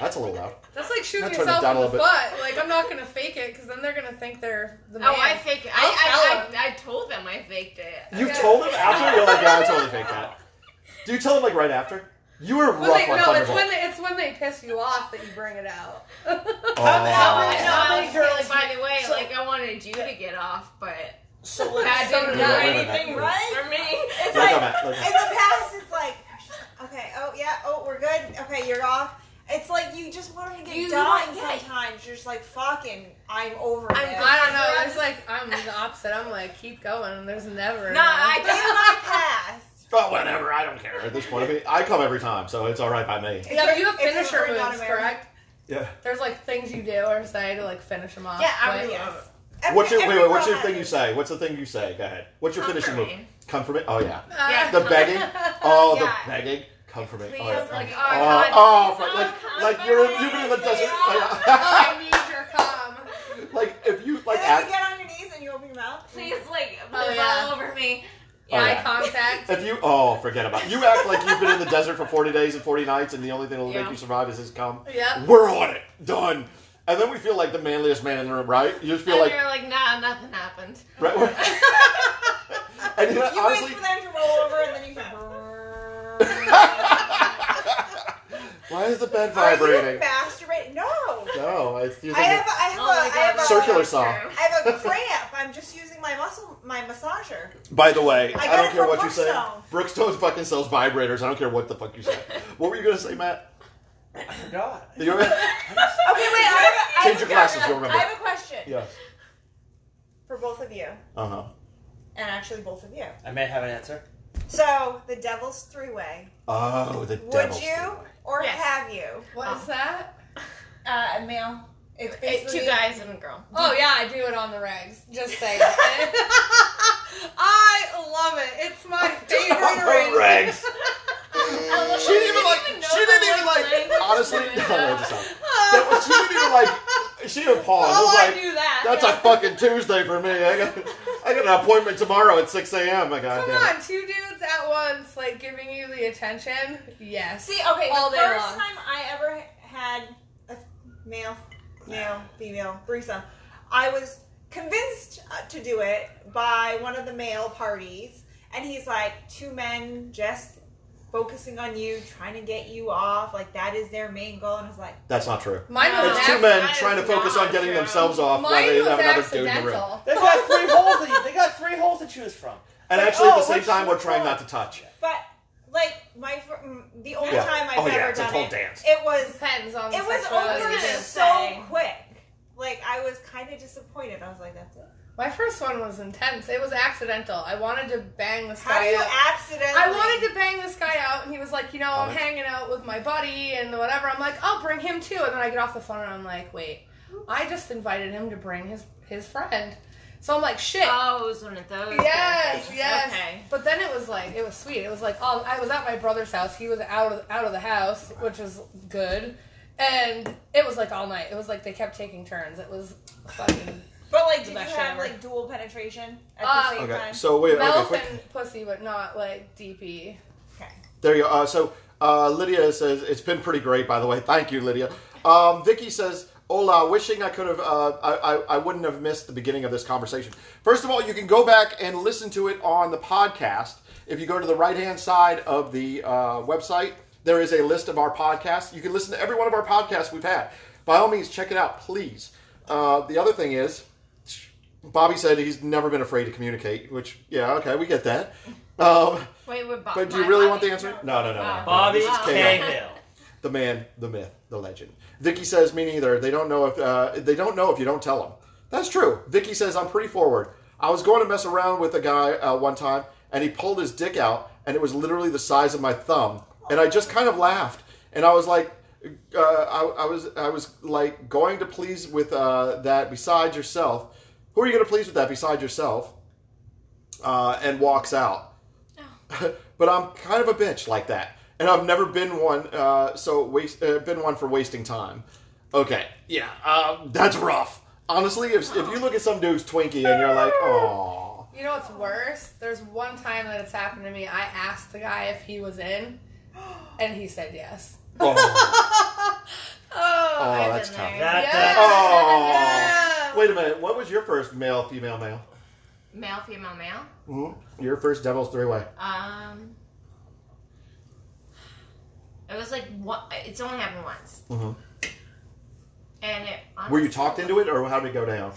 [SPEAKER 6] That's a little loud.
[SPEAKER 11] That's like shooting
[SPEAKER 6] I'll turn it
[SPEAKER 11] yourself
[SPEAKER 6] down
[SPEAKER 11] in
[SPEAKER 6] a
[SPEAKER 11] the
[SPEAKER 6] little bit.
[SPEAKER 11] butt. Like I'm not gonna fake it because then they're gonna think they're the man.
[SPEAKER 13] [laughs] Oh, I fake it. I,
[SPEAKER 11] I'll tell
[SPEAKER 13] I,
[SPEAKER 11] 'em.
[SPEAKER 13] I, I told them I faked it.
[SPEAKER 6] You told him after you're like, yeah, I totally fake that. Do you tell him like right after? You were
[SPEAKER 11] When
[SPEAKER 6] rough
[SPEAKER 11] they,
[SPEAKER 6] on
[SPEAKER 11] no, it's
[SPEAKER 6] Thunderbolt.
[SPEAKER 11] when they, it's when they piss you off that you bring it out.
[SPEAKER 13] How
[SPEAKER 6] Oh.
[SPEAKER 13] many-
[SPEAKER 11] How
[SPEAKER 13] how
[SPEAKER 11] many
[SPEAKER 13] many
[SPEAKER 11] girls-
[SPEAKER 13] girls, by the way,
[SPEAKER 11] so-
[SPEAKER 13] like I wanted you to get off, but
[SPEAKER 10] So
[SPEAKER 13] that
[SPEAKER 10] so
[SPEAKER 13] didn't do
[SPEAKER 10] did I.
[SPEAKER 13] anything
[SPEAKER 12] Right?
[SPEAKER 13] for me.
[SPEAKER 12] It's
[SPEAKER 6] Look
[SPEAKER 12] like,
[SPEAKER 6] at that, look
[SPEAKER 12] in
[SPEAKER 6] at
[SPEAKER 12] the past, it's like, okay, oh yeah, oh we're good, okay, you're off. It's like you just want to get
[SPEAKER 13] You
[SPEAKER 12] done
[SPEAKER 13] want- yeah.
[SPEAKER 12] sometimes. You're just like, fucking, I'm over
[SPEAKER 11] I'm,
[SPEAKER 12] this.
[SPEAKER 11] I don't know. It's like I'm the opposite. I'm like keep going. and There's never.
[SPEAKER 13] No, I
[SPEAKER 12] You like past.
[SPEAKER 6] Oh, whatever. I don't care at this point. I, mean, I come every time, so it's all right by me.
[SPEAKER 11] yeah, but you have
[SPEAKER 12] It's- it's
[SPEAKER 11] finisher
[SPEAKER 12] really not
[SPEAKER 11] moves,
[SPEAKER 12] American.
[SPEAKER 11] correct?
[SPEAKER 6] Yeah.
[SPEAKER 11] There's like things you do or say to like finish them off.
[SPEAKER 12] Yeah, I
[SPEAKER 11] but-
[SPEAKER 12] would- yes.
[SPEAKER 6] What's your
[SPEAKER 12] Every-
[SPEAKER 6] wait, wait? What's
[SPEAKER 12] every
[SPEAKER 6] your thing you say? What's the thing you say? Go ahead. What's your
[SPEAKER 13] Come
[SPEAKER 6] finishing
[SPEAKER 13] for
[SPEAKER 6] move?
[SPEAKER 13] me.
[SPEAKER 6] Come for me. Oh yeah.
[SPEAKER 13] Yeah.
[SPEAKER 6] The begging. Oh,
[SPEAKER 13] Yeah.
[SPEAKER 6] the begging. Come for me.
[SPEAKER 13] Please,
[SPEAKER 6] Oh, yeah.
[SPEAKER 13] like, oh,
[SPEAKER 6] oh,
[SPEAKER 13] God,
[SPEAKER 6] oh,
[SPEAKER 13] please, oh,
[SPEAKER 6] for-
[SPEAKER 13] come
[SPEAKER 6] like, like
[SPEAKER 13] for
[SPEAKER 6] you're
[SPEAKER 13] me.
[SPEAKER 6] you've been in the desert.
[SPEAKER 13] Yeah.
[SPEAKER 11] Oh, I
[SPEAKER 6] Oh, [laughs]
[SPEAKER 11] need your cum.
[SPEAKER 6] yeah. like if you like
[SPEAKER 12] and then
[SPEAKER 6] act,
[SPEAKER 12] you get on your knees and you open your mouth.
[SPEAKER 13] Please, like, move
[SPEAKER 11] Oh, yeah.
[SPEAKER 13] all over me.
[SPEAKER 6] Oh,
[SPEAKER 11] Eye
[SPEAKER 6] yeah.
[SPEAKER 11] contact.
[SPEAKER 6] if you oh forget about it. you act like you've been in the desert for forty days and forty nights, and the only thing that'll
[SPEAKER 13] Yeah.
[SPEAKER 6] make you survive is his cum.
[SPEAKER 11] Yep.
[SPEAKER 6] We're on it. Done. And then we feel like the manliest man in the room, right? You just feel
[SPEAKER 13] and
[SPEAKER 6] like,
[SPEAKER 13] you're like, nah, nothing happened.
[SPEAKER 6] right? and you know,
[SPEAKER 12] You
[SPEAKER 6] honestly,
[SPEAKER 12] wait for them to roll over and then you
[SPEAKER 6] [laughs]
[SPEAKER 12] can.
[SPEAKER 6] why is the bed
[SPEAKER 12] Are you
[SPEAKER 6] vibrating?
[SPEAKER 12] masturbate? No.
[SPEAKER 6] No, it's using
[SPEAKER 12] I have.
[SPEAKER 6] the
[SPEAKER 12] I have.
[SPEAKER 13] Oh
[SPEAKER 12] a,
[SPEAKER 13] my
[SPEAKER 12] I have
[SPEAKER 13] God,
[SPEAKER 12] a,
[SPEAKER 6] circular
[SPEAKER 13] that's
[SPEAKER 6] saw.
[SPEAKER 13] true.
[SPEAKER 12] I have a cramp. I'm just using my muscle, my massager.
[SPEAKER 6] By the way,
[SPEAKER 12] I
[SPEAKER 6] I,
[SPEAKER 12] got
[SPEAKER 6] don't
[SPEAKER 12] it
[SPEAKER 6] care
[SPEAKER 12] from
[SPEAKER 6] what you say.
[SPEAKER 12] Brookstone.
[SPEAKER 6] Brookstone fucking sells vibrators. I don't care what the fuck you say. what were you gonna say, Matt?
[SPEAKER 10] I
[SPEAKER 11] "Mm."
[SPEAKER 10] forgot.
[SPEAKER 6] Did you remember?
[SPEAKER 12] Okay, wait. I have, a, I
[SPEAKER 6] Change
[SPEAKER 12] have
[SPEAKER 6] your
[SPEAKER 12] a-
[SPEAKER 6] glasses. You'll
[SPEAKER 12] I
[SPEAKER 6] remember.
[SPEAKER 12] have a question
[SPEAKER 6] Yeah.
[SPEAKER 12] for both of you,
[SPEAKER 6] Uh huh.
[SPEAKER 12] and actually both of you.
[SPEAKER 10] I may have
[SPEAKER 11] [laughs]
[SPEAKER 10] an answer.
[SPEAKER 12] So the devil's three-way.
[SPEAKER 6] Oh, the
[SPEAKER 12] Would
[SPEAKER 6] devil's
[SPEAKER 12] you or
[SPEAKER 13] Yes.
[SPEAKER 12] have you?
[SPEAKER 11] What is [laughs] that?
[SPEAKER 12] Uh, a male. It's
[SPEAKER 13] It's
[SPEAKER 12] basically
[SPEAKER 13] two guys and a girl.
[SPEAKER 11] Oh yeah, I do it on the regs. Just say it. I love it. It's my favorite ring.
[SPEAKER 6] Regs.
[SPEAKER 13] I love-
[SPEAKER 6] She didn't even like.
[SPEAKER 13] know
[SPEAKER 6] She
[SPEAKER 13] the
[SPEAKER 6] didn't even
[SPEAKER 13] language. [laughs]
[SPEAKER 6] like. Honestly, no, no, just not. That was, she didn't even like. She even paused.
[SPEAKER 11] Oh,
[SPEAKER 6] I was
[SPEAKER 11] I
[SPEAKER 6] like,
[SPEAKER 11] do that.
[SPEAKER 6] that's a fucking Tuesday for me. I got, I got an appointment tomorrow at six a.m. I got
[SPEAKER 11] Come
[SPEAKER 6] damn it.
[SPEAKER 11] on, two dudes at once, like giving you the attention. Yes.
[SPEAKER 12] See, okay,
[SPEAKER 11] all
[SPEAKER 12] the
[SPEAKER 11] day
[SPEAKER 12] first
[SPEAKER 11] long.
[SPEAKER 12] time I ever had a male, male, female threesome, I was convinced uh, to do it by one of the male parties, and he's like, two men just focusing on you, trying to get you off, like that is their main goal, and I was like,
[SPEAKER 6] That's not true.
[SPEAKER 11] Mine was,
[SPEAKER 6] It's two
[SPEAKER 11] ac-
[SPEAKER 6] men
[SPEAKER 13] that is
[SPEAKER 6] trying to focus
[SPEAKER 13] not
[SPEAKER 6] on getting
[SPEAKER 13] true.
[SPEAKER 6] themselves off while
[SPEAKER 11] mine
[SPEAKER 6] they
[SPEAKER 11] was
[SPEAKER 6] have another dude in the room.
[SPEAKER 11] accidental.
[SPEAKER 10] They got three holes. To, they got three holes to choose from.
[SPEAKER 6] And
[SPEAKER 10] Like,
[SPEAKER 6] actually, at
[SPEAKER 10] oh,
[SPEAKER 6] the same
[SPEAKER 10] which
[SPEAKER 6] time, we're
[SPEAKER 10] one?
[SPEAKER 6] trying not to touch.
[SPEAKER 12] but like my fir- mm, the only
[SPEAKER 6] Yeah.
[SPEAKER 12] time I've
[SPEAKER 6] Oh, yeah,
[SPEAKER 12] ever
[SPEAKER 6] it's a
[SPEAKER 12] done
[SPEAKER 6] whole
[SPEAKER 12] it,
[SPEAKER 6] dance.
[SPEAKER 12] it was
[SPEAKER 11] Depends on the
[SPEAKER 12] it was
[SPEAKER 11] sexuality.
[SPEAKER 12] over
[SPEAKER 13] gonna
[SPEAKER 12] so
[SPEAKER 13] say.
[SPEAKER 12] quick. Like I was kind of disappointed. I was like, that's it.
[SPEAKER 11] My first one was intense. It was accidental. I wanted to bang this
[SPEAKER 12] How do
[SPEAKER 11] guy
[SPEAKER 12] you
[SPEAKER 11] up.
[SPEAKER 12] accidentally?
[SPEAKER 11] I wanted to bang this guy out, and he was like, you know, I'm
[SPEAKER 6] Alex?
[SPEAKER 11] hanging out with my buddy and whatever. I'm like, I'll bring him too. And then I get off the phone and I'm like, wait, I just invited him to bring his his friend. So I'm like, shit.
[SPEAKER 13] Oh, it was one of those.
[SPEAKER 11] yes,
[SPEAKER 13] guys.
[SPEAKER 11] yes.
[SPEAKER 13] Okay.
[SPEAKER 11] But then it was like, it was sweet. It was like, oh, I was at my brother's house. He was out of out of the house, which was good. And it was like all night. It was like they kept taking turns. It was fucking
[SPEAKER 12] But like, did you
[SPEAKER 11] best
[SPEAKER 12] have
[SPEAKER 11] ever.
[SPEAKER 12] like dual penetration at
[SPEAKER 11] Uh,
[SPEAKER 12] the same
[SPEAKER 6] Okay,
[SPEAKER 12] time?
[SPEAKER 6] so wait, okay,
[SPEAKER 11] mouth
[SPEAKER 6] quick.
[SPEAKER 11] and pussy, but not like DP.
[SPEAKER 12] okay.
[SPEAKER 6] There you are. So uh, Lydia says it's been pretty great, by the way. Thank you, Lydia. Um, Vicky says, "Hola, wishing I could have. Uh, I, I I wouldn't have missed the beginning of this conversation. First of all, you can go back and listen to it on the podcast. If you go to the right hand side of the uh, website, there is a list of our podcasts. You can listen to every one of our podcasts we've had. By all means, check it out, please. Uh, the other thing is." Bobby said he's never been afraid to communicate, which, yeah, okay, we get that. Um,
[SPEAKER 13] Wait, we're
[SPEAKER 12] Uh,
[SPEAKER 13] Bob.
[SPEAKER 6] but do you really want the answer? No, no, no. no.
[SPEAKER 10] Bobby
[SPEAKER 6] This is chaos.
[SPEAKER 10] Cahill.
[SPEAKER 6] The man, the myth, the legend. Vicky says, "Me neither." They don't know if uh, they don't know if you don't tell them. That's true. Vicky says, "I'm pretty forward. I was going to mess around with a guy uh, one time, and he pulled his dick out, and it was literally the size of my thumb, and I just kind of laughed, and I was like." Uh, I, I was I was like going to please with uh, that besides yourself. Who are you going to please with that besides yourself? Uh, and walks out but I'm kind of a bitch like that. and I've never been one. Uh, so waste uh, been one for wasting time. Okay, yeah, uh, that's rough. Honestly, if, if you look at some dude's Twinkie and you're like, [laughs] oh,
[SPEAKER 11] You know what's worse? There's one time that it's happened to me. I asked the guy if he was
[SPEAKER 12] [gasps]
[SPEAKER 11] in, and he said yes. [laughs] Oh,
[SPEAKER 6] Oh,
[SPEAKER 11] I've
[SPEAKER 6] that's
[SPEAKER 11] been
[SPEAKER 6] tough.
[SPEAKER 11] there.
[SPEAKER 10] uh,
[SPEAKER 13] That-
[SPEAKER 11] yeah.
[SPEAKER 13] that-
[SPEAKER 6] oh, wait a minute. What was your first male, female, male?
[SPEAKER 13] Male, female, male.
[SPEAKER 6] Your first Devil's Three Way.
[SPEAKER 13] Um, it was like what? It's only happened once,
[SPEAKER 6] Mm-hmm.
[SPEAKER 13] and it. um, Honestly,
[SPEAKER 6] Were you talked into it, or how did it go down?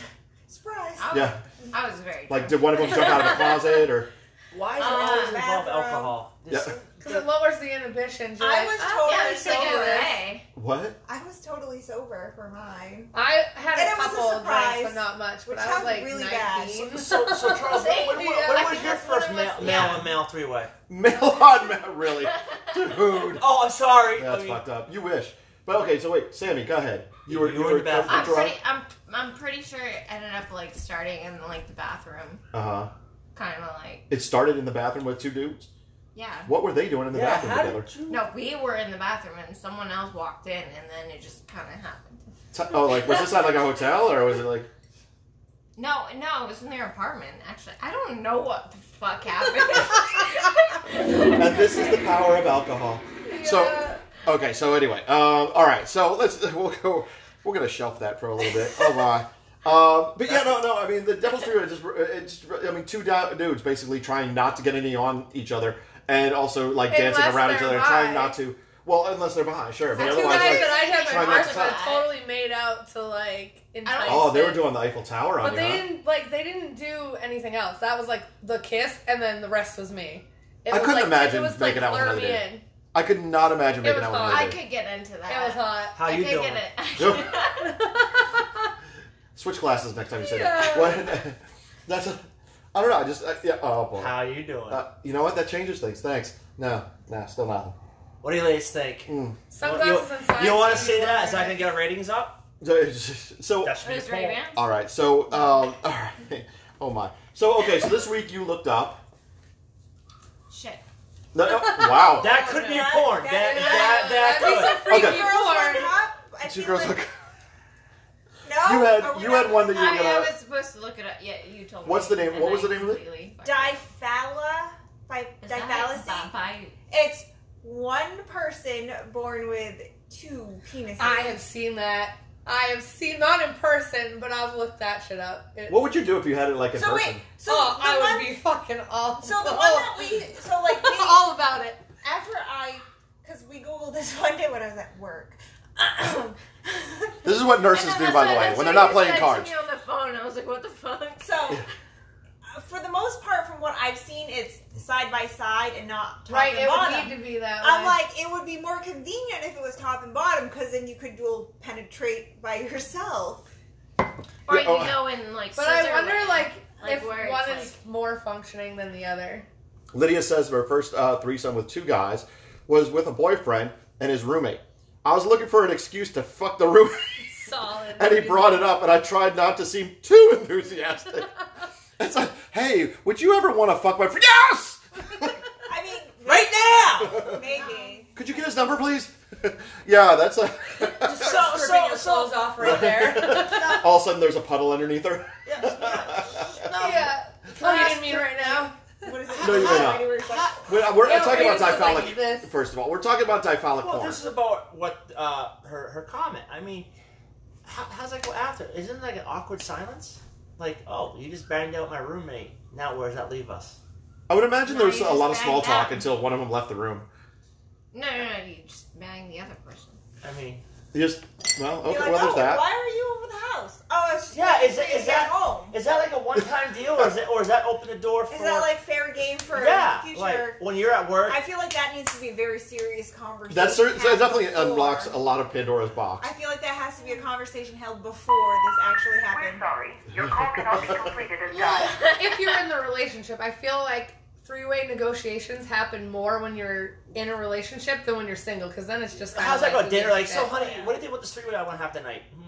[SPEAKER 12] Surprise!
[SPEAKER 11] Oh.
[SPEAKER 13] I was,
[SPEAKER 6] Yeah,
[SPEAKER 13] I was very.
[SPEAKER 6] like did one of them jump out of a closet,
[SPEAKER 11] [laughs]
[SPEAKER 6] or
[SPEAKER 10] Why
[SPEAKER 13] is
[SPEAKER 12] Uh,
[SPEAKER 13] it always
[SPEAKER 10] involve alcohol?
[SPEAKER 6] yeah.
[SPEAKER 11] Because it lowers the inhibitions. You're
[SPEAKER 12] I
[SPEAKER 11] like,
[SPEAKER 12] was
[SPEAKER 11] oh, yeah,
[SPEAKER 12] totally
[SPEAKER 11] we should do
[SPEAKER 12] sober.
[SPEAKER 11] this.
[SPEAKER 6] what?
[SPEAKER 12] I was totally sober for mine.
[SPEAKER 11] I had
[SPEAKER 12] And
[SPEAKER 11] a
[SPEAKER 12] it was a
[SPEAKER 11] couple of drinks,
[SPEAKER 12] surprise,
[SPEAKER 11] but not much.
[SPEAKER 12] which
[SPEAKER 11] But I was
[SPEAKER 12] sounds
[SPEAKER 11] like
[SPEAKER 12] really
[SPEAKER 11] 19.
[SPEAKER 12] bad.
[SPEAKER 10] So, so Charles,
[SPEAKER 11] Hey,
[SPEAKER 10] when, when,
[SPEAKER 11] dude, I
[SPEAKER 10] when was
[SPEAKER 11] think
[SPEAKER 10] your
[SPEAKER 11] that's what
[SPEAKER 10] first
[SPEAKER 11] it
[SPEAKER 10] male,
[SPEAKER 11] was.
[SPEAKER 10] male
[SPEAKER 11] Yeah.
[SPEAKER 10] and male three way?
[SPEAKER 6] Male [laughs] on male, really, dude.
[SPEAKER 10] Oh, I'm sorry.
[SPEAKER 6] That's
[SPEAKER 10] I mean,
[SPEAKER 6] fucked up. You wish, but okay. So wait, Sammy, go ahead. You were you,
[SPEAKER 10] were in
[SPEAKER 6] were
[SPEAKER 10] the bathroom.
[SPEAKER 13] I'm
[SPEAKER 6] drunk.
[SPEAKER 13] pretty. I'm. I'm pretty sure it ended up like starting in like the bathroom,
[SPEAKER 6] Uh huh.
[SPEAKER 13] kind of like
[SPEAKER 6] It started in the bathroom with two dudes.
[SPEAKER 13] yeah.
[SPEAKER 6] What were they doing in the bathroom together?
[SPEAKER 13] No, we were in the bathroom and someone else walked in, and then it just kind of happened.
[SPEAKER 6] T- oh,
[SPEAKER 13] [laughs]
[SPEAKER 6] like was this at like a hotel or was it like?
[SPEAKER 13] No, no, it was in their apartment. Actually, I don't know what the fuck happened.
[SPEAKER 11] [laughs]
[SPEAKER 6] and this is the power of alcohol. So, okay. So anyway, um, all right. So let's [laughs] we'll go. We're gonna shelf that for a little bit. Oh my. Um, but yeah, no, no. I mean, the Devil's Trio is just, it's just, I mean, two da- dudes basically trying not to get any on each other, and also like dancing
[SPEAKER 11] Unless
[SPEAKER 6] around each
[SPEAKER 11] they're
[SPEAKER 6] other, and trying
[SPEAKER 11] bi.
[SPEAKER 6] not to. Well, unless they're behind, sure. But
[SPEAKER 11] The two
[SPEAKER 6] otherwise,
[SPEAKER 11] guys
[SPEAKER 6] like,
[SPEAKER 11] that I had
[SPEAKER 6] try
[SPEAKER 11] my
[SPEAKER 6] not
[SPEAKER 11] partner
[SPEAKER 6] to-
[SPEAKER 11] that totally made out to like entice
[SPEAKER 6] oh, they
[SPEAKER 11] it.
[SPEAKER 6] were doing the Eiffel Tower on
[SPEAKER 11] But
[SPEAKER 6] you.
[SPEAKER 11] they
[SPEAKER 6] huh?
[SPEAKER 11] didn't like they didn't do anything else. That was like the kiss, and then the rest was me. It
[SPEAKER 6] I
[SPEAKER 11] was,
[SPEAKER 6] couldn't
[SPEAKER 11] like,
[SPEAKER 6] imagine
[SPEAKER 11] it was,
[SPEAKER 6] making
[SPEAKER 11] like,
[SPEAKER 6] out with
[SPEAKER 11] lure
[SPEAKER 6] another
[SPEAKER 11] me
[SPEAKER 6] dude.
[SPEAKER 11] in.
[SPEAKER 6] I could not imagine
[SPEAKER 11] It
[SPEAKER 6] making
[SPEAKER 11] was
[SPEAKER 6] out with
[SPEAKER 11] hot.
[SPEAKER 13] I
[SPEAKER 6] another dude.
[SPEAKER 13] could get into that.
[SPEAKER 11] It was hot.
[SPEAKER 10] How
[SPEAKER 13] I
[SPEAKER 10] you
[SPEAKER 13] could
[SPEAKER 10] doing?
[SPEAKER 13] get it. I
[SPEAKER 6] Yo. [laughs]
[SPEAKER 13] could-
[SPEAKER 6] Switch classes next time you say
[SPEAKER 11] Yeah.
[SPEAKER 6] that. What? [laughs] That's a, I don't know. I just I, yeah. Oh boy.
[SPEAKER 10] [laughs] How you doing?
[SPEAKER 6] Uh, you know what? That changes things. Thanks. No, no, still nothing.
[SPEAKER 10] what do you ladies think?
[SPEAKER 6] Mm.
[SPEAKER 11] Sunglasses
[SPEAKER 10] you,
[SPEAKER 11] and socks.
[SPEAKER 10] you want
[SPEAKER 11] and
[SPEAKER 10] to see that? Is that
[SPEAKER 11] underwear.
[SPEAKER 10] gonna get ratings up?
[SPEAKER 6] So, [laughs] it's- so
[SPEAKER 10] That should be
[SPEAKER 13] It
[SPEAKER 10] the
[SPEAKER 13] was
[SPEAKER 10] poll.
[SPEAKER 13] Ray-Ban?
[SPEAKER 6] all right. So um, [laughs] all right. Oh my. So okay. So this week you looked up.
[SPEAKER 13] Shit.
[SPEAKER 6] No, no, wow.
[SPEAKER 10] [laughs] That could be a porn. That that that,
[SPEAKER 12] that-
[SPEAKER 10] could.
[SPEAKER 11] Freaky
[SPEAKER 6] Okay.
[SPEAKER 12] Girls
[SPEAKER 11] porn.
[SPEAKER 12] went up. I
[SPEAKER 6] Two
[SPEAKER 12] think
[SPEAKER 6] girls
[SPEAKER 12] like-
[SPEAKER 6] look.
[SPEAKER 12] No,
[SPEAKER 6] You
[SPEAKER 12] are
[SPEAKER 6] had
[SPEAKER 12] we
[SPEAKER 6] you
[SPEAKER 12] not-
[SPEAKER 6] had one that you
[SPEAKER 13] I, I
[SPEAKER 6] were
[SPEAKER 13] was
[SPEAKER 6] gonna.
[SPEAKER 13] supposed to look it up. Yeah, you told me.
[SPEAKER 6] What's the name-
[SPEAKER 13] and
[SPEAKER 6] what was
[SPEAKER 13] I
[SPEAKER 6] the name of it?
[SPEAKER 13] completely fucked up.
[SPEAKER 12] Diphala by
[SPEAKER 13] Is that
[SPEAKER 12] diphalancy.
[SPEAKER 13] bi-
[SPEAKER 12] It's one person born with two penises.
[SPEAKER 11] I have seen that. I have seen not in person, but I've looked that shit up. It-
[SPEAKER 6] What would you do if you had it like in
[SPEAKER 12] so
[SPEAKER 6] person?
[SPEAKER 12] wait, so
[SPEAKER 11] oh,
[SPEAKER 12] the
[SPEAKER 11] I
[SPEAKER 12] one,
[SPEAKER 11] would be fucking awful.
[SPEAKER 12] so the one that we so
[SPEAKER 11] [laughs]
[SPEAKER 12] like we,
[SPEAKER 11] all about it.
[SPEAKER 12] after I because we googled this [laughs] one day when I was at work. [clears throat]
[SPEAKER 6] This is what nurses
[SPEAKER 13] And
[SPEAKER 6] do,
[SPEAKER 13] then
[SPEAKER 6] by
[SPEAKER 13] that's
[SPEAKER 6] the
[SPEAKER 13] why-
[SPEAKER 6] way,
[SPEAKER 13] that's
[SPEAKER 6] when
[SPEAKER 13] why
[SPEAKER 6] they're not
[SPEAKER 13] you
[SPEAKER 6] playing
[SPEAKER 13] said to
[SPEAKER 6] cards.
[SPEAKER 13] me on the phone, I was like, "What the fuck?"
[SPEAKER 12] so. uh, For the most part, from what I've seen, it's side by side and not top
[SPEAKER 11] Right,
[SPEAKER 12] and
[SPEAKER 11] it
[SPEAKER 12] bottom.
[SPEAKER 11] would need to be that way.
[SPEAKER 12] I'm like, it would be more convenient if it was top and bottom because then you could dual penetrate by [laughs] yourself.
[SPEAKER 13] Or
[SPEAKER 6] Yeah,
[SPEAKER 13] you
[SPEAKER 6] oh.
[SPEAKER 13] go in like.
[SPEAKER 11] but I
[SPEAKER 13] scissor
[SPEAKER 11] wonder,
[SPEAKER 13] way.
[SPEAKER 11] like,
[SPEAKER 13] Like,
[SPEAKER 11] if
[SPEAKER 13] where it's
[SPEAKER 11] one
[SPEAKER 13] like-
[SPEAKER 11] is more functioning than the other.
[SPEAKER 6] Lydia says her first uh, threesome with two guys was with a boyfriend and his roommate. I was looking for an excuse to fuck the roommate,
[SPEAKER 11] Solid.
[SPEAKER 6] [laughs] and he brought it up, and I tried not to seem too enthusiastic. It's like, hey, would you ever want to fuck my friend? Yes!
[SPEAKER 12] I mean,
[SPEAKER 13] [laughs]
[SPEAKER 10] Right now.
[SPEAKER 12] maybe.
[SPEAKER 6] Could you get his number, please? [laughs] yeah, that's a.
[SPEAKER 10] So
[SPEAKER 11] Ripping
[SPEAKER 10] so
[SPEAKER 11] your
[SPEAKER 10] so.
[SPEAKER 11] clothes off right there.
[SPEAKER 6] [laughs] All of a sudden, there's a puddle underneath her.
[SPEAKER 13] [laughs]
[SPEAKER 6] [laughs]
[SPEAKER 11] yeah. Are you in me right now?
[SPEAKER 12] What is
[SPEAKER 6] No, you're not. We're, we're
[SPEAKER 11] Yeah,
[SPEAKER 6] talking about
[SPEAKER 11] it was like
[SPEAKER 6] diphthalic.
[SPEAKER 11] this.
[SPEAKER 6] first of all, we're talking about diphthalic
[SPEAKER 10] Well,
[SPEAKER 6] porn.
[SPEAKER 10] this is about what uh, her her comment. I mean, how, how's that go after? Isn't it like an awkward silence? Like, oh, you just banged out my roommate. Now where does that leave us?
[SPEAKER 6] I would imagine there was
[SPEAKER 13] Now
[SPEAKER 6] a
[SPEAKER 13] you
[SPEAKER 6] lot of
[SPEAKER 13] just
[SPEAKER 6] small
[SPEAKER 13] banged
[SPEAKER 6] talk
[SPEAKER 13] up.
[SPEAKER 6] until one of them left the room.
[SPEAKER 13] No, no, no. You just bang the other person.
[SPEAKER 10] I mean,
[SPEAKER 6] You just, well, okay,
[SPEAKER 12] You're like,
[SPEAKER 6] well,
[SPEAKER 12] oh,
[SPEAKER 6] there's that.
[SPEAKER 12] Why are you over the house? Oh, it's just
[SPEAKER 10] Yeah, is it-
[SPEAKER 12] it's
[SPEAKER 10] is that-
[SPEAKER 12] at home?
[SPEAKER 10] is that like a one time deal, or is it, or is that open the door for?
[SPEAKER 12] Is that like fair game for
[SPEAKER 10] yeah,
[SPEAKER 12] future?
[SPEAKER 10] like when you're at work.
[SPEAKER 12] I feel like that needs to be a very serious conversation.
[SPEAKER 6] That cer- so
[SPEAKER 12] held
[SPEAKER 6] it definitely
[SPEAKER 12] before.
[SPEAKER 6] unlocks a lot of Pandora's box.
[SPEAKER 12] I feel like that has to be a conversation held before this actually happened.
[SPEAKER 14] sorry. Your call cannot be completed as dialed.
[SPEAKER 11] if you're in the relationship, I feel like three way negotiations happen more when you're in a relationship than when you're single, because then it's just kinda
[SPEAKER 10] How's
[SPEAKER 11] like
[SPEAKER 10] that go?
[SPEAKER 11] who
[SPEAKER 10] Dinner,
[SPEAKER 11] gives a
[SPEAKER 10] like, so,
[SPEAKER 11] shit?
[SPEAKER 10] honey, what do you think about this three way I want to have tonight? Hmm.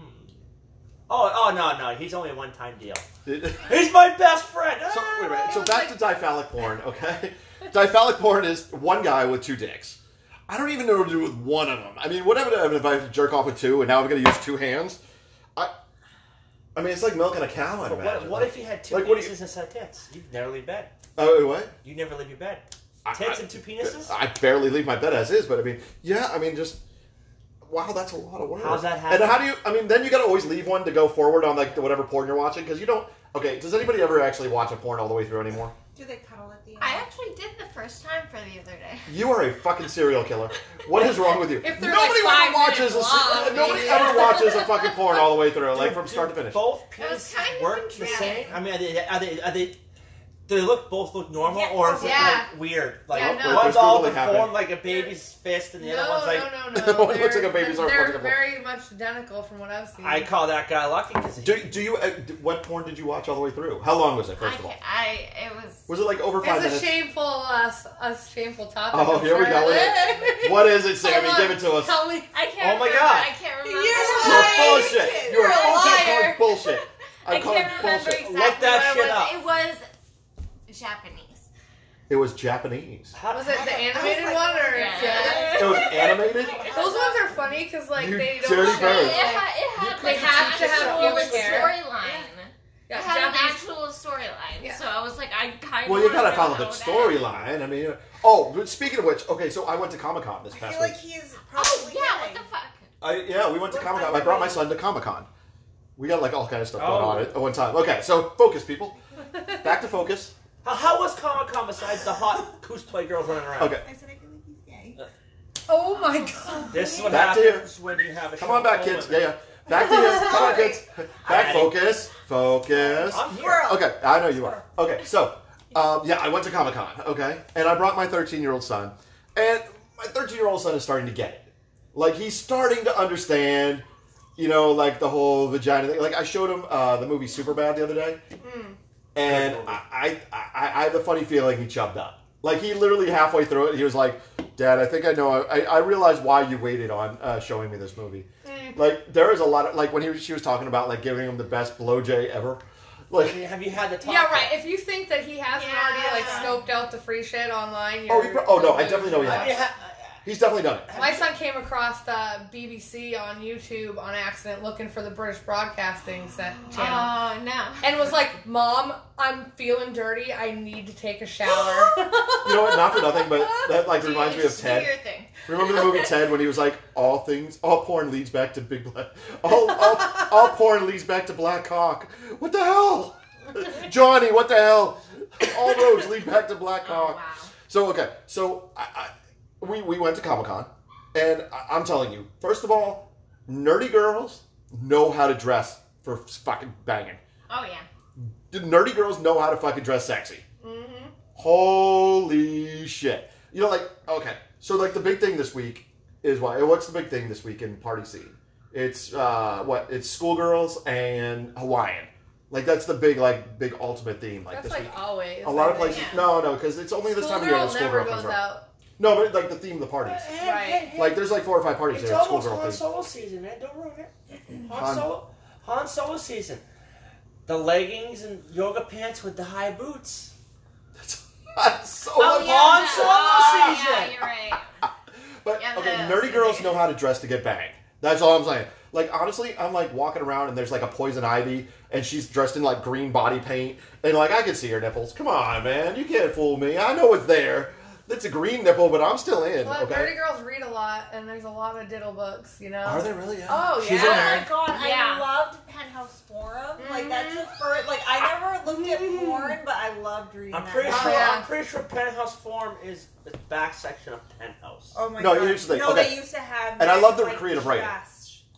[SPEAKER 10] Oh, oh no, no, he's only a one time deal.
[SPEAKER 6] so
[SPEAKER 10] He's my best friend. Ah!
[SPEAKER 6] wait a [laughs] minute. So back to diphthalic porn, okay? diphthalic porn is one guy with two dicks. I don't even know what to do with one of them. I mean, whatever. If I have to jerk off with two, and now I'm going to use two hands. I, I mean, it's like milking a cow. I'd
[SPEAKER 10] But what,
[SPEAKER 6] imagine.
[SPEAKER 10] what if you had two
[SPEAKER 6] Like, what do you-
[SPEAKER 10] penises inside tits? You'd never leave bed.
[SPEAKER 6] Oh, wait, what?
[SPEAKER 10] You never leave your bed. Tits and two penises?
[SPEAKER 6] I barely leave my bed as is, but I mean, yeah, I mean, just wow, that's a lot of work.
[SPEAKER 10] How's that happen?
[SPEAKER 6] And how do you? I mean, then you got to always leave one to go forward on like whatever porn you're watching because you don't. Okay, does anybody ever actually watch a porn all the way through anymore?
[SPEAKER 12] Do they cuddle at the end?
[SPEAKER 13] I actually did the first time for the other day.
[SPEAKER 6] You are a fucking serial killer. What is wrong with you?
[SPEAKER 13] [laughs] If
[SPEAKER 6] Nobody
[SPEAKER 13] they're, like, five
[SPEAKER 6] ever watches a
[SPEAKER 13] minutes
[SPEAKER 6] se-
[SPEAKER 13] long,
[SPEAKER 6] nobody
[SPEAKER 13] maybe.
[SPEAKER 6] ever watches a fucking porn all the way through, like
[SPEAKER 10] Do-
[SPEAKER 6] from
[SPEAKER 10] do
[SPEAKER 6] start to finish.
[SPEAKER 10] Both penises work the same? I mean, are they, are they, are they, do they look both look normal or is
[SPEAKER 13] Yeah.
[SPEAKER 10] it like weird? Like
[SPEAKER 13] Yeah, no.
[SPEAKER 10] one's
[SPEAKER 6] There's
[SPEAKER 10] all
[SPEAKER 6] Googling happening.
[SPEAKER 10] deformed like a baby's fist and the other
[SPEAKER 11] No,
[SPEAKER 10] one's [laughs] like.
[SPEAKER 11] no, no,
[SPEAKER 6] [laughs]
[SPEAKER 11] no.
[SPEAKER 6] One looks like a baby's arm,
[SPEAKER 11] They're
[SPEAKER 6] one's like a-
[SPEAKER 11] very much identical from what I've seen.
[SPEAKER 10] I call that guy lucky because
[SPEAKER 6] Do, do you? Uh, d- what porn did you watch all the way through? How long was it? First of all,
[SPEAKER 13] I it was
[SPEAKER 6] was it like over five
[SPEAKER 11] It's
[SPEAKER 6] minutes?
[SPEAKER 11] a shameful, uh, s- a shameful topic.
[SPEAKER 6] Oh,
[SPEAKER 11] I'm
[SPEAKER 6] here we
[SPEAKER 11] sure
[SPEAKER 6] go with
[SPEAKER 11] it is.
[SPEAKER 6] What is it, Sammy?
[SPEAKER 11] Hold
[SPEAKER 6] Give
[SPEAKER 11] on.
[SPEAKER 6] it to us.
[SPEAKER 11] Tell me.
[SPEAKER 13] I can't
[SPEAKER 6] Oh my
[SPEAKER 13] remember.
[SPEAKER 6] God.
[SPEAKER 13] I can't remember.
[SPEAKER 6] You're bullshit. You're,
[SPEAKER 13] You're a
[SPEAKER 6] bullshit.
[SPEAKER 13] liar.
[SPEAKER 6] calling bullshit. I'm
[SPEAKER 13] I
[SPEAKER 6] calling
[SPEAKER 13] can't remember
[SPEAKER 6] bullshit.
[SPEAKER 13] exactly what it was. It was Japanese.
[SPEAKER 6] It was Japanese.
[SPEAKER 11] Was it the animated one
[SPEAKER 12] "Oh,
[SPEAKER 11] or?
[SPEAKER 13] Yeah.
[SPEAKER 6] It was animated.
[SPEAKER 11] Those ones are funny because like
[SPEAKER 6] You
[SPEAKER 11] they don't.
[SPEAKER 6] dirty
[SPEAKER 11] show,
[SPEAKER 6] bird.
[SPEAKER 13] It
[SPEAKER 11] like-
[SPEAKER 13] had, it had
[SPEAKER 11] They
[SPEAKER 13] like
[SPEAKER 11] have to have
[SPEAKER 13] an
[SPEAKER 11] human
[SPEAKER 13] actual
[SPEAKER 11] hair.
[SPEAKER 13] storyline.
[SPEAKER 11] Yeah,
[SPEAKER 13] It had an
[SPEAKER 11] Japanese-
[SPEAKER 13] actual storyline. So I was like, I kind of.
[SPEAKER 6] Well, you gotta follow the storyline. I mean, uh, oh, but speaking of which, okay, so I went to Comic Con this
[SPEAKER 12] I
[SPEAKER 6] past
[SPEAKER 12] feel
[SPEAKER 6] week.
[SPEAKER 12] like he is
[SPEAKER 13] Oh
[SPEAKER 12] probably
[SPEAKER 13] yeah, what the fuck?
[SPEAKER 6] I, yeah, we went to
[SPEAKER 12] What
[SPEAKER 6] Comic Con.
[SPEAKER 12] kind
[SPEAKER 6] I
[SPEAKER 12] of
[SPEAKER 6] brought my son to Comic Con. We got like all kind of stuff
[SPEAKER 10] Oh.
[SPEAKER 6] going on at one time. Okay, so focus, people. Back to focus.
[SPEAKER 10] How, how was Comic Con besides the hot cosplay girls running around?
[SPEAKER 6] Okay.
[SPEAKER 12] I said I feel like he's gay.
[SPEAKER 11] Oh my god.
[SPEAKER 10] This is what
[SPEAKER 6] Back to
[SPEAKER 10] happens when you have a
[SPEAKER 6] Come on back,
[SPEAKER 10] show full
[SPEAKER 6] kids.
[SPEAKER 10] of
[SPEAKER 6] Yeah, yeah. Back to this. Come on,
[SPEAKER 12] Sorry.
[SPEAKER 6] kids. Back, focus. Focus.
[SPEAKER 10] I'm here.
[SPEAKER 12] Squirrel.
[SPEAKER 6] Okay, I know you are. Okay, so, um, yeah, I went to Comic Con, okay? And I brought my 13 year old son. And my 13 year old son is starting to get it. Like, he's starting to understand, you know, like the whole vagina thing. Like, I showed him uh, the movie Superbad the other day. And I, I, I, I have the funny feeling he chubbed up. Like, he literally halfway through it, he was like, Dad, I think I know. I, I realized why you waited on uh, showing me this movie. Like, there is a lot of, like, when he, was- she was talking about, like, giving him the best blowjay ever. Like,
[SPEAKER 10] women. Have you had the talk?
[SPEAKER 11] Yeah, right. If you think that he hasn't already like scoped out the free shit online, you're,
[SPEAKER 6] Oh, he pro- oh no, I definitely know he
[SPEAKER 10] I mean,
[SPEAKER 6] has.
[SPEAKER 10] ha-
[SPEAKER 6] He's definitely done it.
[SPEAKER 11] My son came across the BBC on YouTube on accident looking for the British Broadcasting set channel.
[SPEAKER 13] Oh no.
[SPEAKER 11] and was like, "Mom, I'm feeling dirty. I need to take
[SPEAKER 13] [laughs]
[SPEAKER 11] a shower."
[SPEAKER 6] You know what? Not for nothing, but that
[SPEAKER 10] [laughs]
[SPEAKER 6] like
[SPEAKER 13] Do
[SPEAKER 6] reminds
[SPEAKER 13] you-
[SPEAKER 6] me of
[SPEAKER 13] do your
[SPEAKER 6] Ted.
[SPEAKER 13] thing.
[SPEAKER 6] Remember the movie Ted when he was like, "All things, all porn leads back to big black, all all, all porn leads back to Black Hawk." What the hell, [laughs] Johnny? What the hell? All roads lead back to Black
[SPEAKER 13] Oh,
[SPEAKER 6] Hawk.
[SPEAKER 13] wow.
[SPEAKER 6] So okay, so I, I, we we went to Comic Con, and I, I'm telling you, first of all, nerdy girls know how to dress for fucking banging.
[SPEAKER 13] Oh yeah.
[SPEAKER 6] Dude, nerdy girls know how to fucking dress sexy. Holy shit! You know, like okay, so like the big thing this week is what? What's the big thing this week in party scene? It's uh what? It's schoolgirls and Hawaiian. Like that's the big like big ultimate theme like
[SPEAKER 11] That's
[SPEAKER 6] this
[SPEAKER 11] like
[SPEAKER 6] week.
[SPEAKER 11] always.
[SPEAKER 6] A lot
[SPEAKER 11] I
[SPEAKER 6] of
[SPEAKER 11] think.
[SPEAKER 6] places, no, no, because it's only this time of year
[SPEAKER 11] Schoolgirl
[SPEAKER 6] that schoolgirl
[SPEAKER 11] never
[SPEAKER 6] comes
[SPEAKER 11] goes
[SPEAKER 6] around.
[SPEAKER 11] out.
[SPEAKER 6] No, but like the theme of the parties.
[SPEAKER 11] Right.
[SPEAKER 6] Like there's like four or five parties
[SPEAKER 10] It's
[SPEAKER 6] there. at
[SPEAKER 10] almost
[SPEAKER 6] Schoolgirl
[SPEAKER 10] Han
[SPEAKER 6] theme.
[SPEAKER 10] Solo season, man. Don't ruin it. Han
[SPEAKER 6] Han-
[SPEAKER 10] Solo, Han Solo season. The leggings and yoga pants with the high boots.
[SPEAKER 6] [laughs] That's so
[SPEAKER 10] Oh,
[SPEAKER 6] much-
[SPEAKER 10] yeah. Han Solo
[SPEAKER 13] Oh, Yeah,
[SPEAKER 10] season.
[SPEAKER 13] you're right.
[SPEAKER 6] But
[SPEAKER 13] Yeah,
[SPEAKER 6] okay,
[SPEAKER 13] those.
[SPEAKER 6] nerdy girls know how to dress to get bang. That's all I'm saying. Like honestly, I'm like walking around and there's like a poison ivy and she's dressed in like green body paint and like I can see her nipples. Come on, man, you can't fool me. I know it's there. It's a green nipple, but I'm still in.
[SPEAKER 11] Well, dirty
[SPEAKER 6] Okay.
[SPEAKER 11] girls read a lot, and there's a lot of diddle books, you know.
[SPEAKER 6] Are they really? Yeah.
[SPEAKER 11] Oh yeah.
[SPEAKER 6] She's
[SPEAKER 12] Oh
[SPEAKER 6] in
[SPEAKER 12] my
[SPEAKER 6] there.
[SPEAKER 12] god,
[SPEAKER 13] Yeah.
[SPEAKER 12] I loved Penthouse Forum. Like that's the
[SPEAKER 11] Mm-hmm.
[SPEAKER 12] first. Like I never looked at porn, but I loved reading.
[SPEAKER 10] I'm
[SPEAKER 12] that.
[SPEAKER 10] pretty
[SPEAKER 11] Oh,
[SPEAKER 10] sure.
[SPEAKER 11] Mm-hmm. yeah.
[SPEAKER 10] I'm pretty sure Penthouse Form is the back section of Penthouse.
[SPEAKER 12] Oh my
[SPEAKER 6] No,
[SPEAKER 12] god!
[SPEAKER 6] here's the thing,
[SPEAKER 12] No,
[SPEAKER 6] okay.
[SPEAKER 12] they used to have.
[SPEAKER 6] And I love the
[SPEAKER 12] like,
[SPEAKER 6] creative writing.
[SPEAKER 12] dress.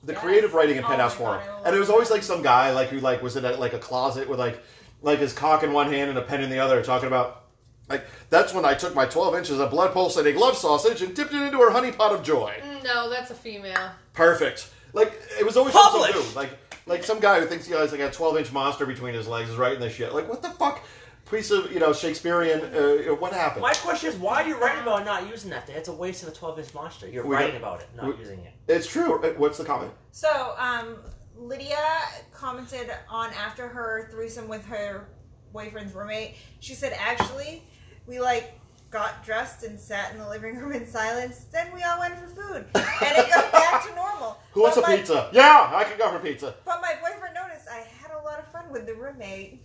[SPEAKER 6] The
[SPEAKER 12] Yes.
[SPEAKER 6] creative writing in
[SPEAKER 12] Oh
[SPEAKER 6] Penthouse
[SPEAKER 12] my
[SPEAKER 6] Forum,
[SPEAKER 12] God, I love
[SPEAKER 6] and it was
[SPEAKER 12] that.
[SPEAKER 6] always like some guy like who like was in a, like a closet with like like his cock in one hand and a pen in the other, talking about like that's when I took my 12 inches of blood pulsating love sausage and dipped it into her honey pot of joy.
[SPEAKER 11] Mm, No, that's a female.
[SPEAKER 6] Perfect. Like it was always
[SPEAKER 10] Publish!
[SPEAKER 6] some dude. Like like some guy who thinks he has like a twelve inch monster between his legs is writing this shit. Like what the fuck? Piece of you know Shakespearean. Uh, what happened?
[SPEAKER 10] My question is, why are you writing about not using that? thing? It's a waste of a 12-inch monster. You're
[SPEAKER 6] We
[SPEAKER 10] writing
[SPEAKER 6] don't-
[SPEAKER 10] about it, not
[SPEAKER 6] we-
[SPEAKER 10] using it.
[SPEAKER 6] It's true. Uh, What's the comment?
[SPEAKER 12] So, um, Lydia commented on after her threesome with her boyfriend's roommate. She said, "Actually, we like got dressed and sat in the living room in silence. Then we all went for food, and it got back to normal.
[SPEAKER 6] [laughs] Who wants a
[SPEAKER 12] But my-
[SPEAKER 6] pizza? Yeah, I can go for pizza.
[SPEAKER 12] But my boyfriend noticed I had a lot of fun with the roommate.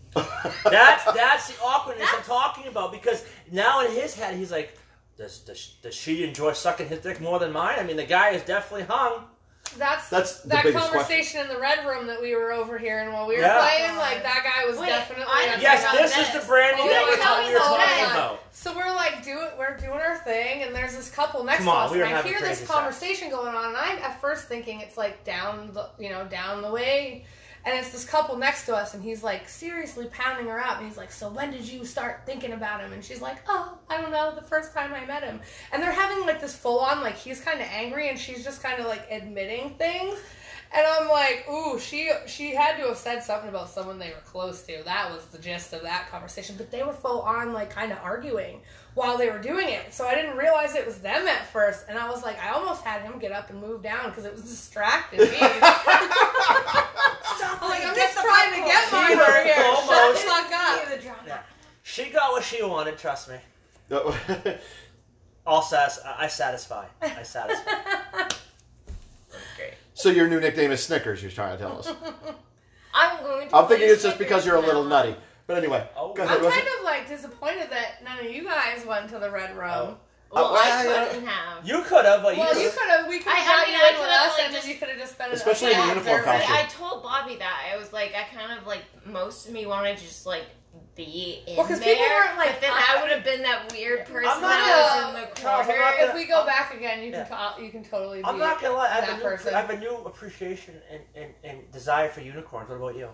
[SPEAKER 10] That's
[SPEAKER 6] [laughs]
[SPEAKER 10] that's the awkwardness I'm talking about because now in his head he's like, does, does does she enjoy sucking his dick more than mine? I mean, the guy is definitely hung.
[SPEAKER 11] That's
[SPEAKER 10] That's the
[SPEAKER 11] that
[SPEAKER 10] biggest
[SPEAKER 11] conversation in the red room that we were over here and while we were
[SPEAKER 10] Yeah.
[SPEAKER 11] playing, like that guy was
[SPEAKER 13] Wait,
[SPEAKER 11] definitely.
[SPEAKER 13] I didn't
[SPEAKER 10] Yes,
[SPEAKER 13] know
[SPEAKER 10] this
[SPEAKER 13] this.
[SPEAKER 10] is the brand new
[SPEAKER 13] Oh,
[SPEAKER 10] that
[SPEAKER 13] you
[SPEAKER 10] we're
[SPEAKER 13] tell
[SPEAKER 10] talking,
[SPEAKER 13] me
[SPEAKER 10] we were
[SPEAKER 13] about
[SPEAKER 10] talking
[SPEAKER 13] that.
[SPEAKER 10] about.
[SPEAKER 11] So we're like, do it. We're doing our thing, and there's this couple next
[SPEAKER 10] Come
[SPEAKER 11] to
[SPEAKER 10] on,
[SPEAKER 11] us,
[SPEAKER 10] we were
[SPEAKER 11] and I
[SPEAKER 10] having
[SPEAKER 11] hear
[SPEAKER 10] crazy
[SPEAKER 11] this
[SPEAKER 10] sex.
[SPEAKER 11] conversation going on, and I'm at first thinking it's like down the, you know, down the way, and it's this couple next to us, and he's like seriously pounding her up, and he's like, so when did you start thinking about him? And she's like, oh, I don't know, the first time I met him, and they're having like this full on, like he's kind of angry, and she's just kind of like admitting things. And I'm like, ooh, she she had to have said something about someone they were close to. That was the gist of that conversation. But they were full on like kind of arguing while they were doing it. So I didn't realize it was them at first. And I was like, I almost had him get up and move down because it was distracting me. I'm like, I'm just trying to get mine over here. Shut the
[SPEAKER 10] Almost.
[SPEAKER 11] fuck up.
[SPEAKER 10] She got what she wanted. Trust me.
[SPEAKER 6] [laughs]
[SPEAKER 10] All satis- I I satisfy. I satisfy.
[SPEAKER 6] So your new nickname is Snickers. You're trying to tell us.
[SPEAKER 13] I'm going to.
[SPEAKER 6] I'm thinking
[SPEAKER 13] play
[SPEAKER 6] it's just because you're a little nutty. But anyway, go
[SPEAKER 11] Oh, I'm
[SPEAKER 6] ahead.
[SPEAKER 11] kind of like disappointed that none of you guys went to the Red Room.
[SPEAKER 6] Well, Oh, I
[SPEAKER 13] I couldn't have.
[SPEAKER 10] You could have, but
[SPEAKER 11] Well,
[SPEAKER 10] you
[SPEAKER 11] you could have. We could
[SPEAKER 13] I- I
[SPEAKER 11] have brought
[SPEAKER 13] mean,
[SPEAKER 11] you
[SPEAKER 13] I
[SPEAKER 11] in with
[SPEAKER 13] could've,
[SPEAKER 11] us,
[SPEAKER 13] like,
[SPEAKER 11] and
[SPEAKER 13] just-
[SPEAKER 11] then you could have just been. in
[SPEAKER 6] Especially
[SPEAKER 11] the
[SPEAKER 6] in the uniform
[SPEAKER 13] Right,
[SPEAKER 11] [laughs]
[SPEAKER 6] costume.
[SPEAKER 13] I told Bobby that I was like, I kind of like most of me wanted to just like be in
[SPEAKER 11] Well, 'cause
[SPEAKER 13] there.
[SPEAKER 11] people weren't, like,
[SPEAKER 13] but then
[SPEAKER 11] I-
[SPEAKER 13] I
[SPEAKER 12] [laughs]
[SPEAKER 13] would have been that weird person
[SPEAKER 11] I'm not
[SPEAKER 13] that was
[SPEAKER 11] gonna-
[SPEAKER 13] in the
[SPEAKER 11] Charles, I'm
[SPEAKER 13] corner.
[SPEAKER 11] not gonna- if we go back again, you can to- you can totally.
[SPEAKER 10] I'm
[SPEAKER 11] be
[SPEAKER 10] not gonna lie. I
[SPEAKER 11] that
[SPEAKER 10] have, a new,
[SPEAKER 11] person.
[SPEAKER 10] I have a new appreciation and, and, and desire for unicorns. What about you?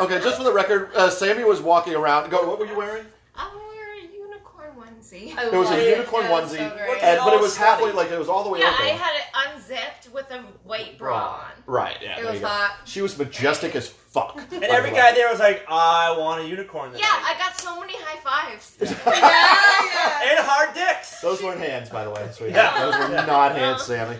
[SPEAKER 6] Okay, just for the record, uh, Sammy was walking around. Go. What were you wearing?
[SPEAKER 13] I'm wearing a unicorn onesie.
[SPEAKER 6] It was a unicorn onesie, and, but it was halfway, like oh, it was all the way
[SPEAKER 13] yeah,
[SPEAKER 6] open.
[SPEAKER 13] I had it unzipped with a white bra on.
[SPEAKER 6] Right. Yeah.
[SPEAKER 13] It
[SPEAKER 6] there
[SPEAKER 13] was
[SPEAKER 6] you go.
[SPEAKER 13] hot.
[SPEAKER 6] She was majestic as fuck.
[SPEAKER 10] And every guy there was like, I want a unicorn.
[SPEAKER 13] Yeah, I got so many high fives.
[SPEAKER 10] and hard dicks.
[SPEAKER 6] Those weren't hands, by the way, sweetie.
[SPEAKER 10] Yeah.
[SPEAKER 6] Those were not hands, Sammy.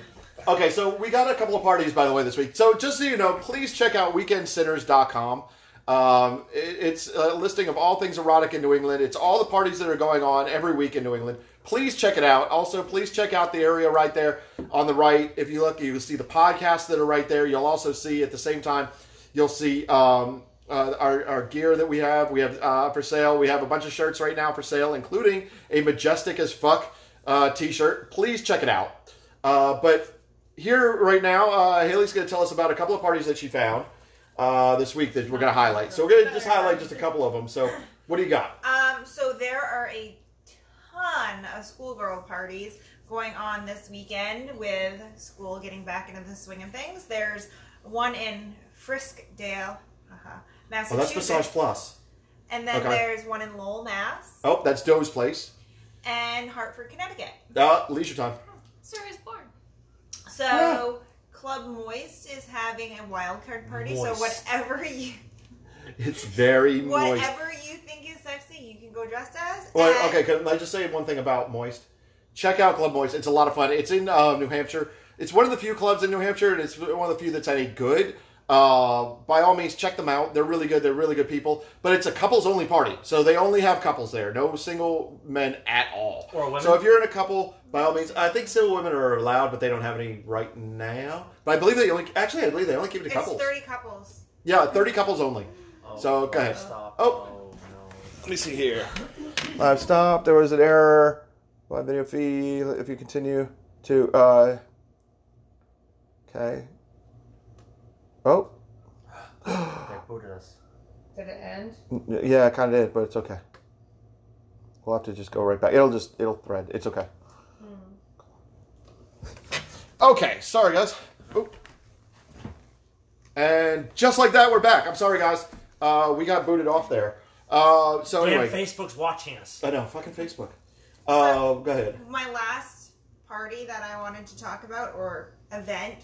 [SPEAKER 6] Okay, so we got a couple of parties, by the way, this week. So just so you know, please check out weekendsinners.com. Um, it- it's a listing of all things erotic in New England. It's all the parties that are going on every week in New England. Please check it out. Also, please check out the area right there on the right. If you look, you'll see the podcasts that are right there. You'll also see at the same time You'll see um, uh, our, our gear that we have. We have uh, for sale. We have a bunch of shirts right now for sale, including a majestic as fuck uh, t-shirt. Please check it out. Uh, but here right now, uh, Haley's going to tell us about a couple of parties that she found uh, this week that we're going to highlight. So we're going to just highlight just a couple of them. So what do you got?
[SPEAKER 12] Um, so there are a ton of schoolgirl parties going on this weekend with school getting back into the swing of things. There's one in Friskdale, uh-huh,
[SPEAKER 6] Well, Oh, that's
[SPEAKER 12] Massachusetts,
[SPEAKER 6] Massage Plus.
[SPEAKER 12] and then
[SPEAKER 6] okay.
[SPEAKER 12] there's one in Lowell, Mass,
[SPEAKER 6] Oh, that's Doe's place.
[SPEAKER 12] and Hartford, Connecticut.
[SPEAKER 6] Uh, leisure time.
[SPEAKER 13] Sir is born.
[SPEAKER 12] So
[SPEAKER 6] Ah.
[SPEAKER 12] Club Moist is having a wild card party. So
[SPEAKER 6] Moist.
[SPEAKER 12] whatever you
[SPEAKER 6] It's very moist.
[SPEAKER 12] whatever you think is sexy, you can go dressed as.
[SPEAKER 6] Well, okay, can I just say one thing about Moist? Check out Club Moist. It's a lot of fun. It's in uh, New Hampshire. It's one of the few clubs in New Hampshire, and it's one of the few that's any good. Uh, by all means, check them out. They're really good. They're really good people. But it's a couples only party, so they only have couples there. No single men at all.
[SPEAKER 10] Or women.
[SPEAKER 6] So if you're in a couple, by all means, I think single women are allowed, but they don't have any right now. But I believe they only actually, I believe they only keep it to
[SPEAKER 12] It's
[SPEAKER 6] couples.
[SPEAKER 12] thirty couples.
[SPEAKER 6] Yeah, thirty couples only. so go ahead. Oh,
[SPEAKER 10] Let me see here.
[SPEAKER 6] Live stop. There was an error. Live video feed. If you continue to, uh, okay. Oh,
[SPEAKER 10] They booted us.
[SPEAKER 11] Did it end?
[SPEAKER 6] n- yeah, it kind of did, but it's okay. We'll have to just go right back. It'll just it'll thread. It's okay. Hmm. Okay, sorry guys. Oop. And just like that, we're back. I'm sorry guys. Uh, we got booted off there. Uh, so
[SPEAKER 10] Damn,
[SPEAKER 6] anyway,
[SPEAKER 10] Facebook's watching us.
[SPEAKER 6] I know. Fucking Facebook. Uh, go ahead.
[SPEAKER 12] My last party that I wanted to talk about or event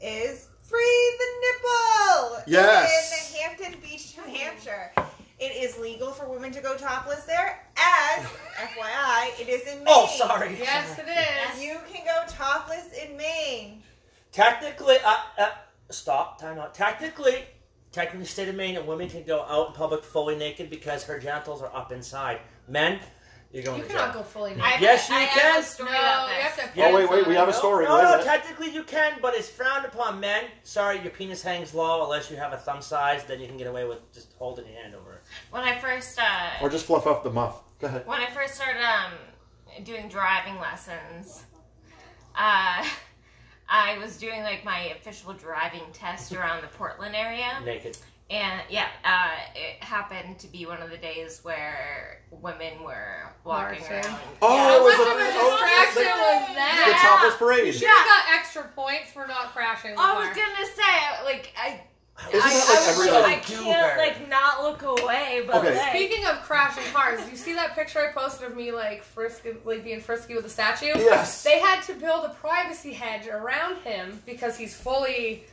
[SPEAKER 12] is Free the Nipple.
[SPEAKER 6] Yes.
[SPEAKER 12] In Hampton Beach, New Hampshire. It is legal for women to go topless there, as FYI, it is in Maine.
[SPEAKER 10] Oh, sorry.
[SPEAKER 12] Yes,
[SPEAKER 10] it
[SPEAKER 12] is. You can go topless in Maine.
[SPEAKER 10] Technically, uh, uh, stop. Time out. Technically, Technically, state of Maine, a woman can go out in public fully naked because her genitals are up inside. Men, you're going
[SPEAKER 11] You
[SPEAKER 10] to
[SPEAKER 11] cannot
[SPEAKER 10] jail.
[SPEAKER 11] go fully
[SPEAKER 10] No.
[SPEAKER 11] naked.
[SPEAKER 10] Yes, you can.
[SPEAKER 11] no, you have to have
[SPEAKER 6] Oh, wait, wait, we have a
[SPEAKER 10] No,
[SPEAKER 6] story.
[SPEAKER 10] No,
[SPEAKER 6] Wait a
[SPEAKER 10] no,
[SPEAKER 6] minute.
[SPEAKER 10] technically you can, but it's frowned upon. Men, sorry, your penis hangs low unless you have a thumb size. Then you can get away with just holding your hand over it.
[SPEAKER 13] When I first uh,
[SPEAKER 6] Or just fluff up the muff. Go ahead.
[SPEAKER 13] when I first started um, doing driving lessons, uh, I was doing like my official driving test around the Portland area.
[SPEAKER 10] Naked.
[SPEAKER 13] And yeah, uh, it happened to be one of the days where women were walking
[SPEAKER 11] Marching.
[SPEAKER 13] around.
[SPEAKER 6] Oh, it was
[SPEAKER 11] What
[SPEAKER 6] a-
[SPEAKER 11] kind of a
[SPEAKER 6] oh,
[SPEAKER 11] distraction
[SPEAKER 6] the-
[SPEAKER 11] was that?
[SPEAKER 6] the topless parade.
[SPEAKER 11] You should have got extra points for not crashing.
[SPEAKER 13] I was gonna say like I.
[SPEAKER 6] Isn't
[SPEAKER 13] I,
[SPEAKER 6] that like
[SPEAKER 13] I was
[SPEAKER 6] every
[SPEAKER 13] like,
[SPEAKER 6] other
[SPEAKER 13] I can't like not look away, but
[SPEAKER 6] Okay.
[SPEAKER 13] like,
[SPEAKER 11] Speaking of crashing cars, you see that picture I posted of me like frisky, like being frisky with a statue?
[SPEAKER 6] Yes.
[SPEAKER 11] They had to build a privacy hedge around him because he's fully,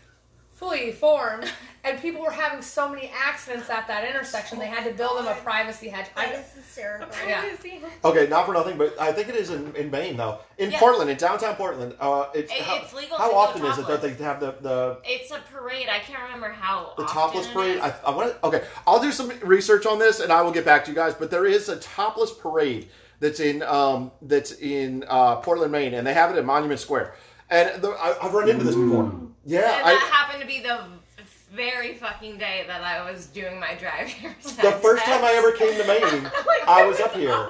[SPEAKER 11] fully formed, and people were having so many accidents at that intersection. They had to build him a privacy hedge. I,
[SPEAKER 12] That is hysterical.
[SPEAKER 11] yeah.
[SPEAKER 6] Okay, not for nothing, but I think it is in, in Maine though. In
[SPEAKER 13] Yeah.
[SPEAKER 6] Portland, in downtown Portland, uh, it's,
[SPEAKER 13] It-
[SPEAKER 6] how,
[SPEAKER 13] it's legal
[SPEAKER 6] How
[SPEAKER 13] to go
[SPEAKER 6] often is it that they
[SPEAKER 13] topless.
[SPEAKER 6] have the the,
[SPEAKER 13] it's a parade. I can't remember how
[SPEAKER 6] the
[SPEAKER 13] often
[SPEAKER 6] topless
[SPEAKER 13] it
[SPEAKER 6] parade?
[SPEAKER 13] is.
[SPEAKER 6] I, I want to. Okay, I'll do some research on this and I will get back to you guys. But there is a topless parade that's in um, that's in uh, Portland, Maine, and they have it at Monument Square. And the, I, I've run into this before. Yeah,
[SPEAKER 13] and
[SPEAKER 6] I,
[SPEAKER 13] Mm. that happened to be the very fucking day that I was doing my drive here.
[SPEAKER 6] the first time I ever came to Maine, I was up here,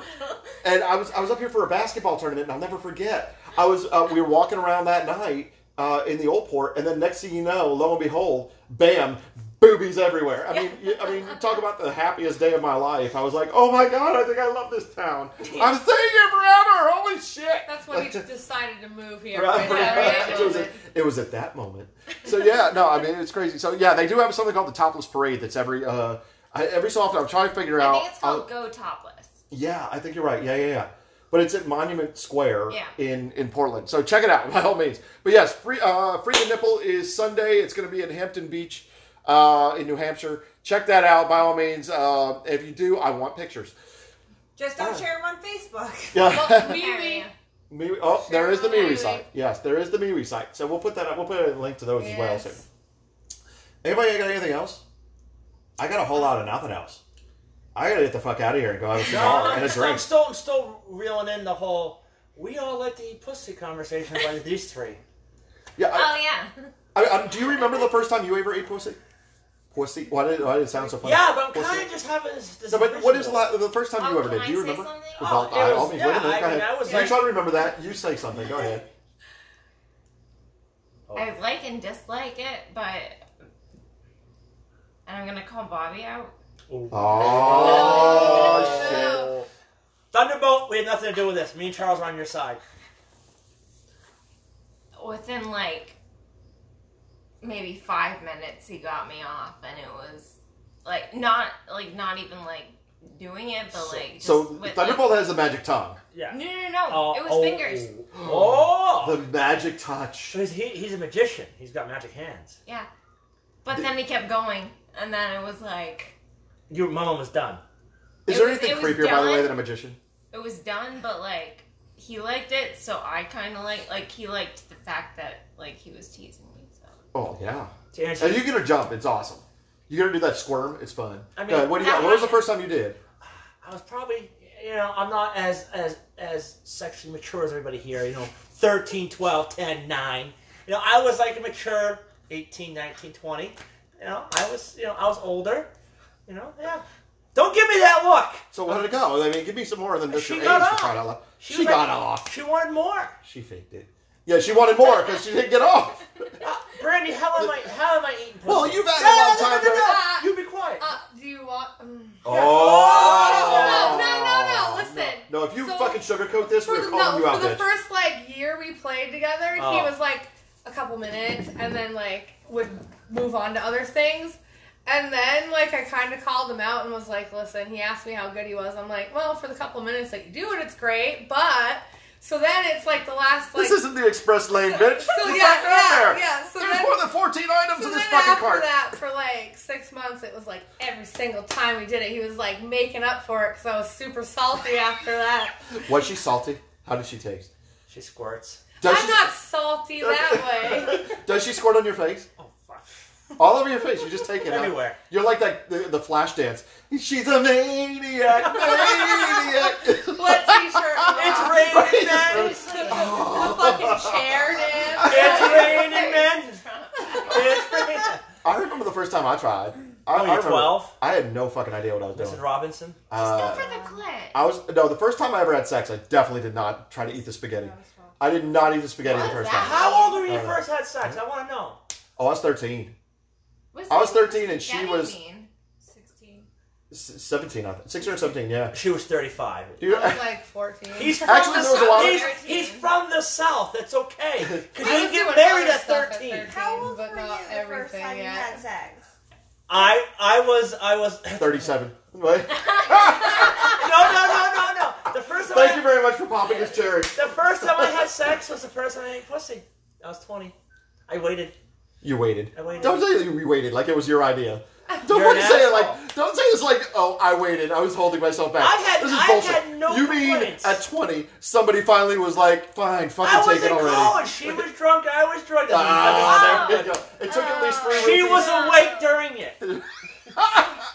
[SPEAKER 6] and I was I was up here for a basketball tournament, and I'll never forget. I was uh, we were walking around that night uh, in the old port, and then next thing you know, lo and behold, bam, boobies everywhere. I mean, you, I mean, talk about the happiest day of my life. I was like, oh my god, I think I love this town. I'm staying here forever. Holy shit!
[SPEAKER 11] That's when we [laughs] decided to move here.
[SPEAKER 6] [laughs] Right, right. So it, was at, it was at that moment. [laughs] So yeah, no, I mean it's crazy. So yeah, they do have something called the Topless Parade. That's every uh, I, every so often I'm trying to figure
[SPEAKER 13] I
[SPEAKER 6] out.
[SPEAKER 13] think it's called
[SPEAKER 6] I'll-
[SPEAKER 13] Go Topless.
[SPEAKER 6] yeah, I think you're right. Yeah, yeah, yeah. But it's at Monument Square
[SPEAKER 13] Yeah.
[SPEAKER 6] in in Portland. So check it out [laughs] by all means. But yes, free uh, free the nipple is Sunday. It's going to be in Hampton Beach, uh, in New Hampshire. Check that out by all means. Uh, if you do, I want pictures.
[SPEAKER 12] Just don't share them on
[SPEAKER 6] [laughs]
[SPEAKER 12] Facebook.
[SPEAKER 6] Yeah. Well,
[SPEAKER 11] Wee-wee.
[SPEAKER 6] Miwi, oh, there is the
[SPEAKER 12] Sure.
[SPEAKER 6] Miwi site. Yes, there is the Miwi site. So we'll put that up. We'll put a link to those as well.
[SPEAKER 11] Yes.
[SPEAKER 6] So. Anybody got anything else? I got a whole lot of nothing else. I gotta get the fuck out of here and go
[SPEAKER 10] [laughs]
[SPEAKER 6] have a cigar and a
[SPEAKER 10] I'm, still, I'm
[SPEAKER 6] drink.
[SPEAKER 10] still, I'm still reeling in the whole we all like to eat pussy conversation by these three.
[SPEAKER 6] Yeah. I,
[SPEAKER 13] Oh yeah.
[SPEAKER 6] I, I, do you remember the first time you ever ate pussy? Pussy. Why did Why did it sound so funny?
[SPEAKER 10] Yeah, but I'm
[SPEAKER 6] Pussy.
[SPEAKER 10] kind of just having this. this
[SPEAKER 6] No, but what is the,
[SPEAKER 10] visual.
[SPEAKER 6] la- the first time you
[SPEAKER 10] Oh,
[SPEAKER 6] ever
[SPEAKER 10] can
[SPEAKER 6] did?
[SPEAKER 10] I
[SPEAKER 6] Do you
[SPEAKER 10] say
[SPEAKER 6] remember?
[SPEAKER 10] something?
[SPEAKER 6] With
[SPEAKER 10] Oh,
[SPEAKER 6] all-
[SPEAKER 10] it
[SPEAKER 6] I- I'll
[SPEAKER 10] was-
[SPEAKER 6] be-
[SPEAKER 10] yeah,
[SPEAKER 6] wait a minute.
[SPEAKER 10] I
[SPEAKER 6] go
[SPEAKER 10] mean,
[SPEAKER 6] ahead.
[SPEAKER 10] I was
[SPEAKER 6] you
[SPEAKER 10] like-
[SPEAKER 6] try to remember that. You say something. Go
[SPEAKER 10] [laughs]
[SPEAKER 6] ahead.
[SPEAKER 13] I like and dislike it, but and I'm gonna call Bobby out.
[SPEAKER 6] Oh shit.
[SPEAKER 10] Thunderbolt, we have nothing to do with this. Me and Charles are on your side.
[SPEAKER 13] Within like maybe five minutes, he got me off, and it was like not like not even like doing it, but like just
[SPEAKER 6] So
[SPEAKER 13] with,
[SPEAKER 6] Thunderbolt has a magic tongue.
[SPEAKER 10] Yeah.
[SPEAKER 13] No, no, no, no.
[SPEAKER 6] Uh,
[SPEAKER 13] it was
[SPEAKER 10] oh,
[SPEAKER 13] fingers.
[SPEAKER 6] [gasps]
[SPEAKER 10] Oh!
[SPEAKER 6] The magic touch.
[SPEAKER 10] So he's, he, he's a magician. He's got magic hands.
[SPEAKER 13] Yeah, but then he kept going, and then it was like
[SPEAKER 10] Your mom was done.
[SPEAKER 6] Is
[SPEAKER 13] It
[SPEAKER 6] there
[SPEAKER 13] was-
[SPEAKER 6] anything
[SPEAKER 13] it was
[SPEAKER 6] creepier, by the way,
[SPEAKER 13] done.
[SPEAKER 6] than a magician?
[SPEAKER 13] it was done, but like he liked it, so I kind of like like he liked the fact that like he was teasing me. So
[SPEAKER 6] Oh yeah.
[SPEAKER 10] To answer-
[SPEAKER 6] And you gonna jump? It's awesome. You gonna do that squirm? It's fun.
[SPEAKER 10] I mean-
[SPEAKER 6] Go ahead, what do you got? What was the first time you did?
[SPEAKER 10] I was probably, you know, I'm not as as as sexually mature as everybody here, you know, 13, 12, 10, 9. You know, I was like a mature 18, 19, 20. You know, I was, you know, I was older. You know, yeah. Don't give me that look.
[SPEAKER 6] So what did it go? I mean, give me some more than just
[SPEAKER 10] She
[SPEAKER 6] your
[SPEAKER 10] got
[SPEAKER 6] age. for
[SPEAKER 10] off.
[SPEAKER 6] crying out loud. She,
[SPEAKER 10] was
[SPEAKER 6] got
[SPEAKER 10] like-
[SPEAKER 6] off.
[SPEAKER 10] She wanted more.
[SPEAKER 6] She faked it. Yeah, she wanted more because she didn't get off.
[SPEAKER 10] Brandy, how am I? How am I eating pussy?
[SPEAKER 6] Well, you've had a
[SPEAKER 10] No,
[SPEAKER 6] long
[SPEAKER 10] no, no,
[SPEAKER 6] time,
[SPEAKER 10] No, no, no.
[SPEAKER 11] Brandy.
[SPEAKER 10] You be quiet.
[SPEAKER 11] Uh, do you want? mm.
[SPEAKER 6] Oh.
[SPEAKER 11] No, no, no, no, listen.
[SPEAKER 6] No, if you
[SPEAKER 11] So-
[SPEAKER 6] fucking sugarcoat this,
[SPEAKER 11] For
[SPEAKER 6] we're
[SPEAKER 11] the,
[SPEAKER 6] calling
[SPEAKER 11] no,
[SPEAKER 6] you out,
[SPEAKER 11] for the
[SPEAKER 6] bitch.
[SPEAKER 11] first like year we played together, he
[SPEAKER 6] Oh.
[SPEAKER 11] was like a couple minutes, and then like would move on to other things. And then like I kind of called him out and was like, "Listen," he asked me how good he was. I'm like, "Well, for the couple minutes that you do it, it's great." But so then it's like the last like
[SPEAKER 6] This isn't the express lane, bitch.
[SPEAKER 11] so
[SPEAKER 6] Get
[SPEAKER 11] yeah,
[SPEAKER 6] back out
[SPEAKER 11] yeah,
[SPEAKER 6] there.
[SPEAKER 11] yeah. So
[SPEAKER 6] There's
[SPEAKER 11] then-
[SPEAKER 6] more than 14 items
[SPEAKER 11] so
[SPEAKER 6] in this
[SPEAKER 11] then
[SPEAKER 6] fucking
[SPEAKER 11] after
[SPEAKER 6] cart.
[SPEAKER 11] that, for like six months, it was like every single time we did it, he was like making up for it because I was super salty after that.
[SPEAKER 6] Was she salty? How did she taste?
[SPEAKER 10] She squirts.
[SPEAKER 6] Does
[SPEAKER 11] I'm
[SPEAKER 6] she, [laughs]
[SPEAKER 11] not salty that way.
[SPEAKER 6] does she squirt on your face? All over your face. You just take it out.
[SPEAKER 10] Everywhere.
[SPEAKER 6] You're like that the, the flash dance. She's a
[SPEAKER 10] [laughs]
[SPEAKER 6] maniac, maniac.
[SPEAKER 11] What [laughs] t-shirt?
[SPEAKER 6] [laughs]
[SPEAKER 10] It's raining men.
[SPEAKER 11] The
[SPEAKER 6] Oh.
[SPEAKER 11] fucking chair dance. [laughs]
[SPEAKER 10] It's
[SPEAKER 12] [laughs]
[SPEAKER 10] raining men. It's raining.
[SPEAKER 6] I remember the first time I tried.
[SPEAKER 10] [laughs]
[SPEAKER 6] I,
[SPEAKER 10] Oh,
[SPEAKER 6] I
[SPEAKER 10] you're
[SPEAKER 6] remember-
[SPEAKER 10] 12?
[SPEAKER 6] I had no fucking idea what I was doing.
[SPEAKER 10] Mrs. Robinson.
[SPEAKER 6] Uh,
[SPEAKER 13] For the clip.
[SPEAKER 6] I was no the first time I ever had sex. I definitely did not try to eat the spaghetti. I did not eat the spaghetti the first time.
[SPEAKER 10] How old were you
[SPEAKER 6] Uh,
[SPEAKER 10] first had sex? I want to know.
[SPEAKER 6] Oh, I was thirteen.
[SPEAKER 13] What's
[SPEAKER 6] I was
[SPEAKER 13] that
[SPEAKER 6] 13 and she
[SPEAKER 13] spaghetti
[SPEAKER 6] was-
[SPEAKER 13] mean?
[SPEAKER 6] S- seventeen, I think. Sixteen or seventeen. Yeah.
[SPEAKER 10] She was thirty-five.
[SPEAKER 6] Dude,
[SPEAKER 11] I was like 14.
[SPEAKER 10] He's from
[SPEAKER 6] Actually,
[SPEAKER 10] the
[SPEAKER 6] there was a
[SPEAKER 10] south.
[SPEAKER 6] lot of-
[SPEAKER 10] He's, he's from the south. That's okay. Because
[SPEAKER 11] I was
[SPEAKER 10] you can get
[SPEAKER 11] doing
[SPEAKER 10] married
[SPEAKER 11] other
[SPEAKER 10] at
[SPEAKER 11] stuff
[SPEAKER 10] thirteen.
[SPEAKER 12] How old
[SPEAKER 11] but
[SPEAKER 12] were
[SPEAKER 11] not
[SPEAKER 12] you the first
[SPEAKER 11] everything
[SPEAKER 12] time you
[SPEAKER 11] yet.
[SPEAKER 12] had sex?
[SPEAKER 10] I I was I was [laughs]
[SPEAKER 6] thirty-seven. What?
[SPEAKER 10] no no no no no. The first time
[SPEAKER 6] Thank
[SPEAKER 10] I,
[SPEAKER 6] you very much for popping his cherry.
[SPEAKER 10] the first time I had sex was the first time I ate pussy. I was twenty. I waited.
[SPEAKER 6] You waited.
[SPEAKER 10] I waited.
[SPEAKER 6] Don't say that you waited like it was your idea. Don't
[SPEAKER 10] You're an
[SPEAKER 6] fucking say it
[SPEAKER 10] asshole.
[SPEAKER 6] like. Don't say it's like. Oh, I waited. I was holding myself back.
[SPEAKER 10] I've had-
[SPEAKER 6] this is
[SPEAKER 10] I've
[SPEAKER 6] bullshit.
[SPEAKER 10] had no
[SPEAKER 6] you mean
[SPEAKER 10] complaints.
[SPEAKER 6] at twenty, somebody finally was like, "Fine,
[SPEAKER 10] I
[SPEAKER 6] fucking
[SPEAKER 10] was
[SPEAKER 6] take it
[SPEAKER 10] in
[SPEAKER 6] already."
[SPEAKER 10] college. She was drunk. I was drunk.
[SPEAKER 6] Ah, there you go. It took at least three.
[SPEAKER 10] She
[SPEAKER 6] roofies.
[SPEAKER 10] was awake during it.
[SPEAKER 6] [laughs]